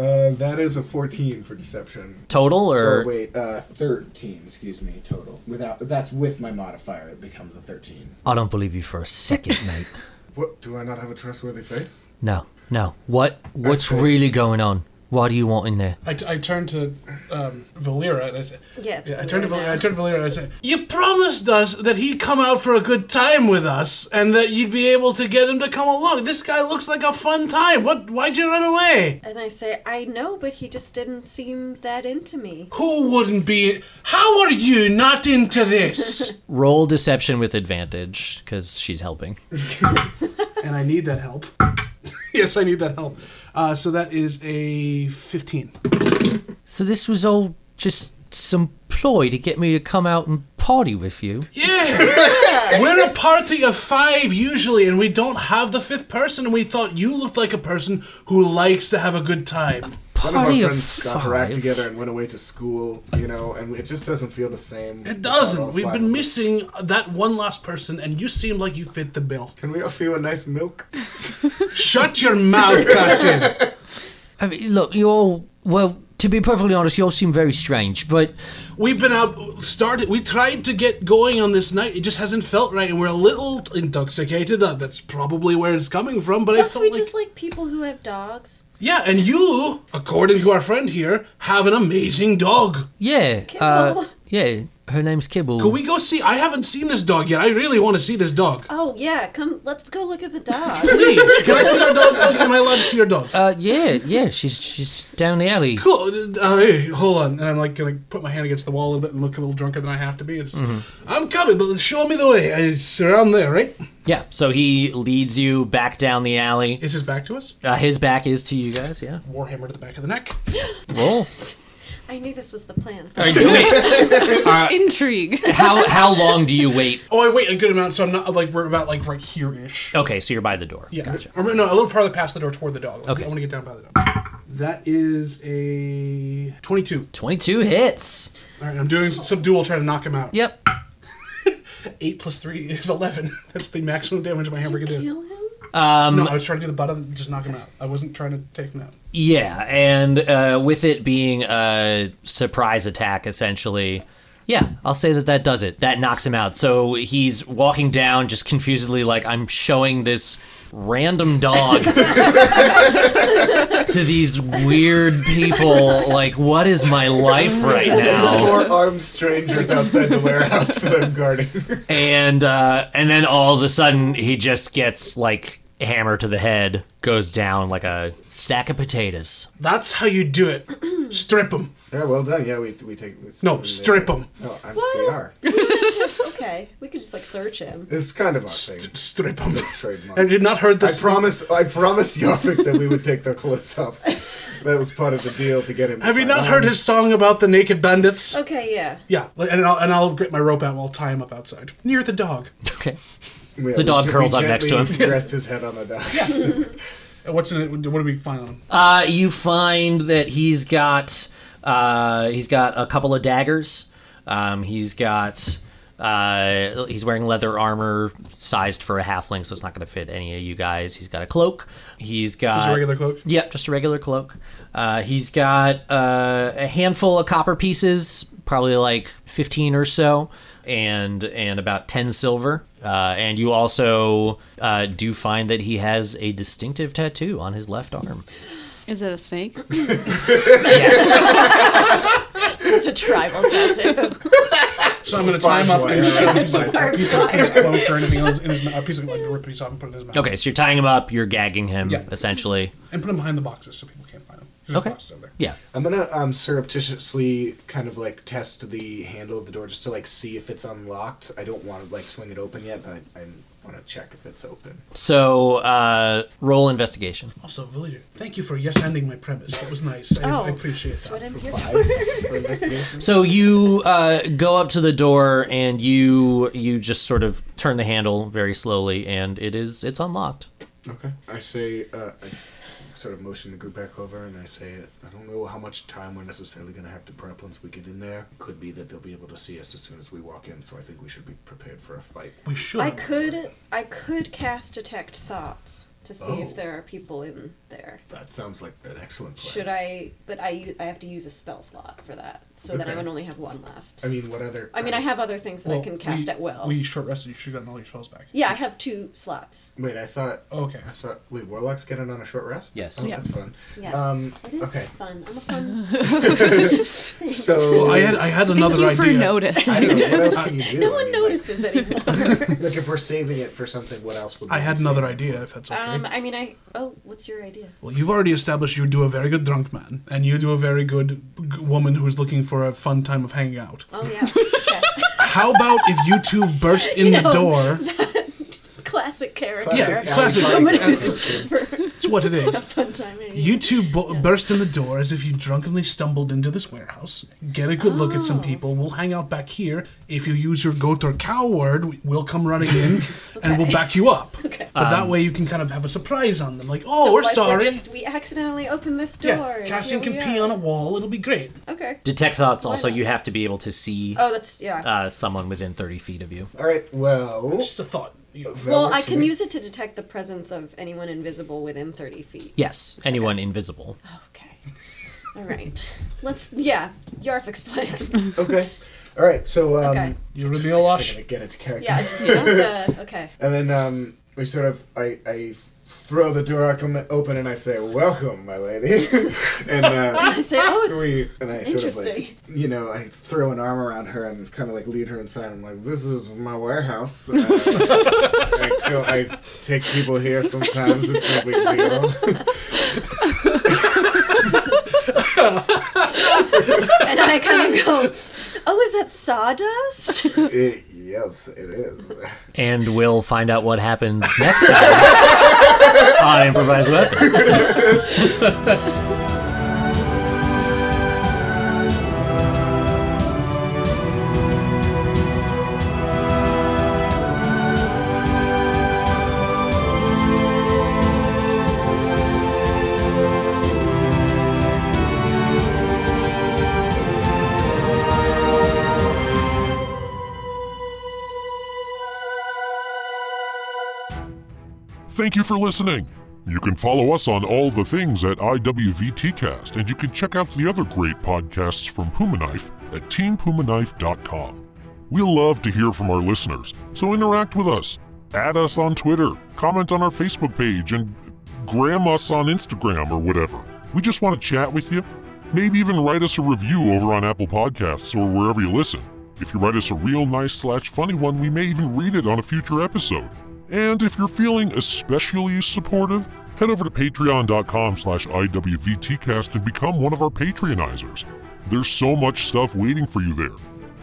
Speaker 8: Uh, that is a 14 for deception.
Speaker 4: Total or
Speaker 8: Or wait, uh, 13, excuse me, total. Without that's with my modifier, it becomes a 13.
Speaker 4: I don't believe you for a second, mate.
Speaker 8: What do I not have a trustworthy face?
Speaker 4: No, no. What? What's
Speaker 8: That's it.
Speaker 4: really going on? Why do you want in there?
Speaker 6: I, t- I turned to um, Valera and I said,
Speaker 7: Yeah, it's
Speaker 6: I turned to
Speaker 7: Valera
Speaker 6: Valera,
Speaker 7: now.
Speaker 6: I turned to Valera and I said, "You promised us that he'd come out for a good time with us, and that you'd be able to get him to come along. This guy looks like a fun time. What? Why'd you run away?
Speaker 7: And I say, I know, but he just didn't seem that into me.
Speaker 6: Who wouldn't be? How are you not into this?
Speaker 4: Roll deception with advantage because she's helping.
Speaker 6: and I need that help. yes, I need that help. Uh, so that is a fifteen.
Speaker 4: So this was all just some ploy to get me to come out and party with you.
Speaker 6: Yeah. We're a party of five usually, and we don't have the fifth person, and we thought you looked like a person who likes to have a good time.
Speaker 8: One of our
Speaker 4: Party of
Speaker 8: friends got her
Speaker 4: five.
Speaker 8: act together and went away to school, you know, and it just doesn't feel the same.
Speaker 6: It
Speaker 8: without all
Speaker 6: doesn't. We've
Speaker 8: five
Speaker 6: been
Speaker 8: of us.
Speaker 6: missing that one last person, and you seem like you fit the bill.
Speaker 8: Can we offer you a nice milk?
Speaker 6: Shut your mouth, Cassie.
Speaker 4: I mean, look, you all. Well, to be perfectly honest, you all seem very strange, but
Speaker 6: We've been out, started, we tried to get going on this night. It just hasn't felt right, and we're a little intoxicated. Uh, that's probably where it's coming from, but I
Speaker 7: Plus,
Speaker 6: felt
Speaker 7: we
Speaker 6: like-
Speaker 7: just like people who have dogs.
Speaker 6: Yeah, and you, according to our friend here, have an amazing dog.
Speaker 4: yeah, uh,
Speaker 7: Kibble.
Speaker 4: yeah. Her name's Kibble.
Speaker 6: Can we go see? I haven't seen this dog yet. I really want to see this dog.
Speaker 7: Oh yeah, come, let's go look at the dog.
Speaker 6: Please, can I see your dog? Okay, am I allowed to see your dog?
Speaker 4: Uh, yeah, yeah. She's she's down the alley.
Speaker 6: cool. Uh, hey, hold on. And I'm like gonna put my hand against the wall a little bit and look a little drunker than I have to be. It's, I'm coming, but show me the way. It's around there, right?
Speaker 4: Yeah. So he leads you back down the alley.
Speaker 6: Is his back to us?
Speaker 4: Uh, his back is to you guys. Yeah.
Speaker 6: Warhammer to the back of the neck.
Speaker 4: Roll.
Speaker 7: I knew this was the plan.
Speaker 9: Intrigue.
Speaker 4: how how long do you wait?
Speaker 6: Oh, I wait a good amount, so I'm not like we're about like right here ish.
Speaker 4: Okay, so you're by the door.
Speaker 6: Yeah. Or, no, a little farther past the door toward the dog. Like,
Speaker 4: Okay.
Speaker 6: I want to get down by the dog. That is a 22.
Speaker 4: Twenty-two hits.
Speaker 6: All right, I'm doing some duel trying to knock him out.
Speaker 4: Yep.
Speaker 6: 8 plus 3 is 11. That's the maximum damage my hammer can do.
Speaker 7: Kill him?
Speaker 8: Um,
Speaker 6: No, I was trying to do the button, just knock him out. I wasn't trying to take him out.
Speaker 4: Yeah, and uh, with it being a surprise attack, essentially, yeah, I'll say that that does it. That knocks him out. So he's walking down, just confusedly, like I'm showing this random dog to these weird people. Like, what is my life right
Speaker 8: There's
Speaker 4: now?
Speaker 8: four armed strangers outside the warehouse that I'm guarding.
Speaker 4: And uh, and then all of a sudden, he just gets like hammer to the head, goes down like a sack of potatoes.
Speaker 6: That's how you do it. strip him.
Speaker 8: yeah, well done. Yeah, we, we take. we- Oh,
Speaker 6: No, strip him.
Speaker 8: No, I'm,
Speaker 7: What?
Speaker 8: we are.
Speaker 7: Okay, we could just like search him.
Speaker 8: It's kind of our thing.
Speaker 6: Strip him.
Speaker 8: Trademark.
Speaker 6: I did not heard
Speaker 8: I
Speaker 6: this.
Speaker 8: promise, I promise Yafik that we would take their clothes off. That was part of the deal to get him.
Speaker 6: Have you
Speaker 8: signed
Speaker 6: not
Speaker 8: on.
Speaker 6: heard his song about the naked bandits?
Speaker 7: Okay, yeah.
Speaker 6: Yeah, like, and I'll, and I'll grip my rope out and I'll tie him up outside near the dog.
Speaker 4: Okay.
Speaker 8: Yeah, we
Speaker 4: dog
Speaker 8: gen- we
Speaker 4: curls up next to him.
Speaker 8: gently Rest his head on the dog.
Speaker 6: And What's in it? What do we find on him?
Speaker 4: Uh, you find that he's got uh, he's got a couple of daggers. Um, he's got uh, he's wearing leather armor sized for a halfling, so it's not going to fit any of you guys. He's got a cloak. He's got
Speaker 6: Just a regular cloak.
Speaker 4: Yeah, just a regular cloak. Uh, he's got uh, a handful of copper pieces, probably like fifteen or so, and and about ten silver. Uh, and you also uh, do find that he has a distinctive tattoo on his left arm.
Speaker 9: Is it a snake?
Speaker 7: It's a tribal tattoo.
Speaker 6: So I'm gonna tie him up and
Speaker 8: Barbed
Speaker 6: shove his, a piece of his cloak or anything else in his mouth, a piece of like rip piece off and put it in his mouth.
Speaker 4: Okay, so you're tying him up, you're gagging him,
Speaker 6: Yeah.
Speaker 4: essentially.
Speaker 6: And put him behind the boxes so people can't find him. 'Cause there's
Speaker 4: Okay.
Speaker 6: boxes over there.
Speaker 4: Yeah.
Speaker 8: I'm gonna um, surreptitiously kind of like test the handle of the door just to like see if it's unlocked. I don't want to like swing it open yet, but I, I want to check if it's open.
Speaker 4: So uh, roll investigation.
Speaker 6: Also, Valider, thank you for yes ending my premise. That was nice. I, I appreciate
Speaker 7: Oh, That's what
Speaker 6: that.
Speaker 7: I'm here for.
Speaker 8: Five for investigation.
Speaker 4: So you uh, go up to the door and you you just sort of turn the handle very slowly, and it is it's unlocked.
Speaker 8: Okay. I say, uh, I sort of motion the group back over, and I say, I don't know how much time we're necessarily gonna have to prep once we get in there. Could be that they'll be able to see us as soon as we walk in, so I think we should be prepared for a fight.
Speaker 6: We should.
Speaker 7: I could, I could cast detect thoughts to to see if
Speaker 8: Oh.
Speaker 7: there are people in there.
Speaker 8: That sounds like an excellent plan.
Speaker 7: Should I? But I u- I have to use a spell slot for that, so that I
Speaker 8: Okay.
Speaker 7: would only have one left.
Speaker 8: I mean, what other?
Speaker 7: I mean, I
Speaker 8: curse-
Speaker 7: have other things that I
Speaker 6: Well,
Speaker 7: can cast
Speaker 6: we-
Speaker 7: at will.
Speaker 6: We short rested. You should have gotten all your spells back.
Speaker 7: yeah, I have two slots.
Speaker 8: Wait, I thought.
Speaker 6: Okay.
Speaker 8: I thought. Wait, warlocks get it on a short rest.
Speaker 4: Yes.
Speaker 8: Oh,
Speaker 9: Yeah.
Speaker 8: that's fun.
Speaker 7: Yeah,
Speaker 8: Um,
Speaker 7: it is
Speaker 8: okay.
Speaker 7: fun. I'm a fun.
Speaker 8: So
Speaker 6: Well, I had I had
Speaker 9: Thank
Speaker 6: another
Speaker 9: you for
Speaker 6: idea.
Speaker 8: I
Speaker 9: noticing.
Speaker 8: don't know what else can you do.
Speaker 7: no
Speaker 8: I
Speaker 7: one
Speaker 8: mean,
Speaker 7: notices anymore.
Speaker 8: Like, like if we're saving it for something, what else would?
Speaker 6: I
Speaker 8: we
Speaker 6: had
Speaker 8: be
Speaker 6: another
Speaker 8: saving it
Speaker 6: idea, if that's okay.
Speaker 7: um, I mean, I. Oh, what's your idea?
Speaker 6: well, you've already established you do a very good drunk man, and you do a very good g- woman who's looking for a fun time of hanging out.
Speaker 7: Oh yeah. Okay.
Speaker 6: How about if you two burst in the
Speaker 7: know,
Speaker 6: door?
Speaker 7: Classic character.
Speaker 8: for?
Speaker 6: Yeah,
Speaker 8: Alley
Speaker 6: classic.
Speaker 8: party
Speaker 7: Somebody
Speaker 8: character.
Speaker 7: who's super
Speaker 6: It's what it is.
Speaker 7: fun time. anyway.
Speaker 6: You two bu- burst in the door as if you drunkenly stumbled into this warehouse. Get a good look at some people. We'll hang out back here. If you use your goat or cow word, we- we'll come running in and we'll back you up. Okay. But that way you can kind of have a surprise on them. Like, oh,
Speaker 7: So,
Speaker 6: we're
Speaker 7: like,
Speaker 6: sorry.
Speaker 7: just, we accidentally opened this door.
Speaker 6: yeah,
Speaker 7: and
Speaker 6: Cassian
Speaker 7: here
Speaker 6: can
Speaker 7: we
Speaker 6: pee
Speaker 7: are.
Speaker 6: on a wall. It'll be great.
Speaker 7: Okay.
Speaker 4: Detect thoughts. Also,
Speaker 7: not?
Speaker 4: you have to be able to see
Speaker 7: Oh, that's yeah.
Speaker 4: uh, someone within thirty feet of you.
Speaker 8: All right. Well.
Speaker 6: Just a thought. You know.
Speaker 8: that
Speaker 7: well,
Speaker 8: works
Speaker 7: I
Speaker 8: for
Speaker 7: can
Speaker 8: me.
Speaker 7: use it to detect the presence of anyone invisible within thirty feet.
Speaker 4: Yes, anyone invisible.
Speaker 7: Okay. All right. Let's. Yeah. Yarfik's plan.
Speaker 8: Okay. All right. So um,
Speaker 7: Okay.
Speaker 6: You
Speaker 8: just
Speaker 6: reveal
Speaker 8: takes a
Speaker 6: us?
Speaker 8: second to get into character.
Speaker 7: Yeah. Just, that's, uh, okay.
Speaker 8: And then um, we sort of, I, I throw the door open- open and I say, "Welcome, my lady." and uh,
Speaker 7: I say, oh, it's.
Speaker 8: we and I sort of like,
Speaker 7: Interesting.
Speaker 8: you know, I throw an arm around her and kind of like lead her inside. I'm like, "This is my warehouse. Uh, I, go, I take people here sometimes. It's no big deal."
Speaker 7: And I kind of go, oh, is that sawdust?
Speaker 8: It- yes, it is.
Speaker 4: And we'll find out what happens next time on Improvised Weapons.
Speaker 1: Thank you for listening. You can follow us on all the things at IWVTcast, and you can check out the other great podcasts from Puma Knife at teampumaknife.com. We love to hear from our listeners, so interact with us. Add us on Twitter, comment on our Facebook page, and gram us on Instagram or whatever. We just want to chat with you. Maybe even write us a review over on Apple Podcasts or wherever you listen. If you write us a real nice slash funny one, we may even read it on a future episode. And if you're feeling especially supportive, head over to patreon.com slash IWVTcast and become one of our patronizers. There's so much stuff waiting for you there.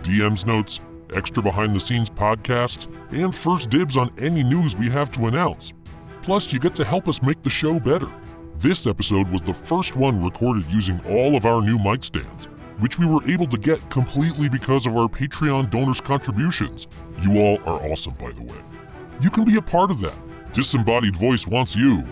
Speaker 1: DM's notes, extra behind the scenes podcasts, and first dibs on any news we have to announce. Plus, you get to help us make the show better. This episode was the first one recorded using all of our new mic stands, which we were able to get completely because of our Patreon donors' contributions. You all are awesome, by the way. You can be a part of that. Disembodied Voice wants you.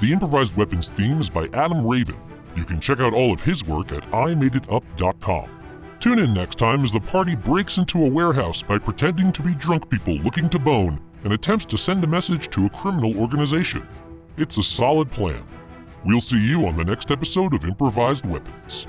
Speaker 1: The improvised weapons theme is by Adam Raven. You can check out all of his work at imadeitup.com. Tune in next time as the party breaks into a warehouse by pretending to be drunk people looking to bone and attempts to send a message to a criminal organization. It's a solid plan. We'll see you on the next episode of Improvised Weapons.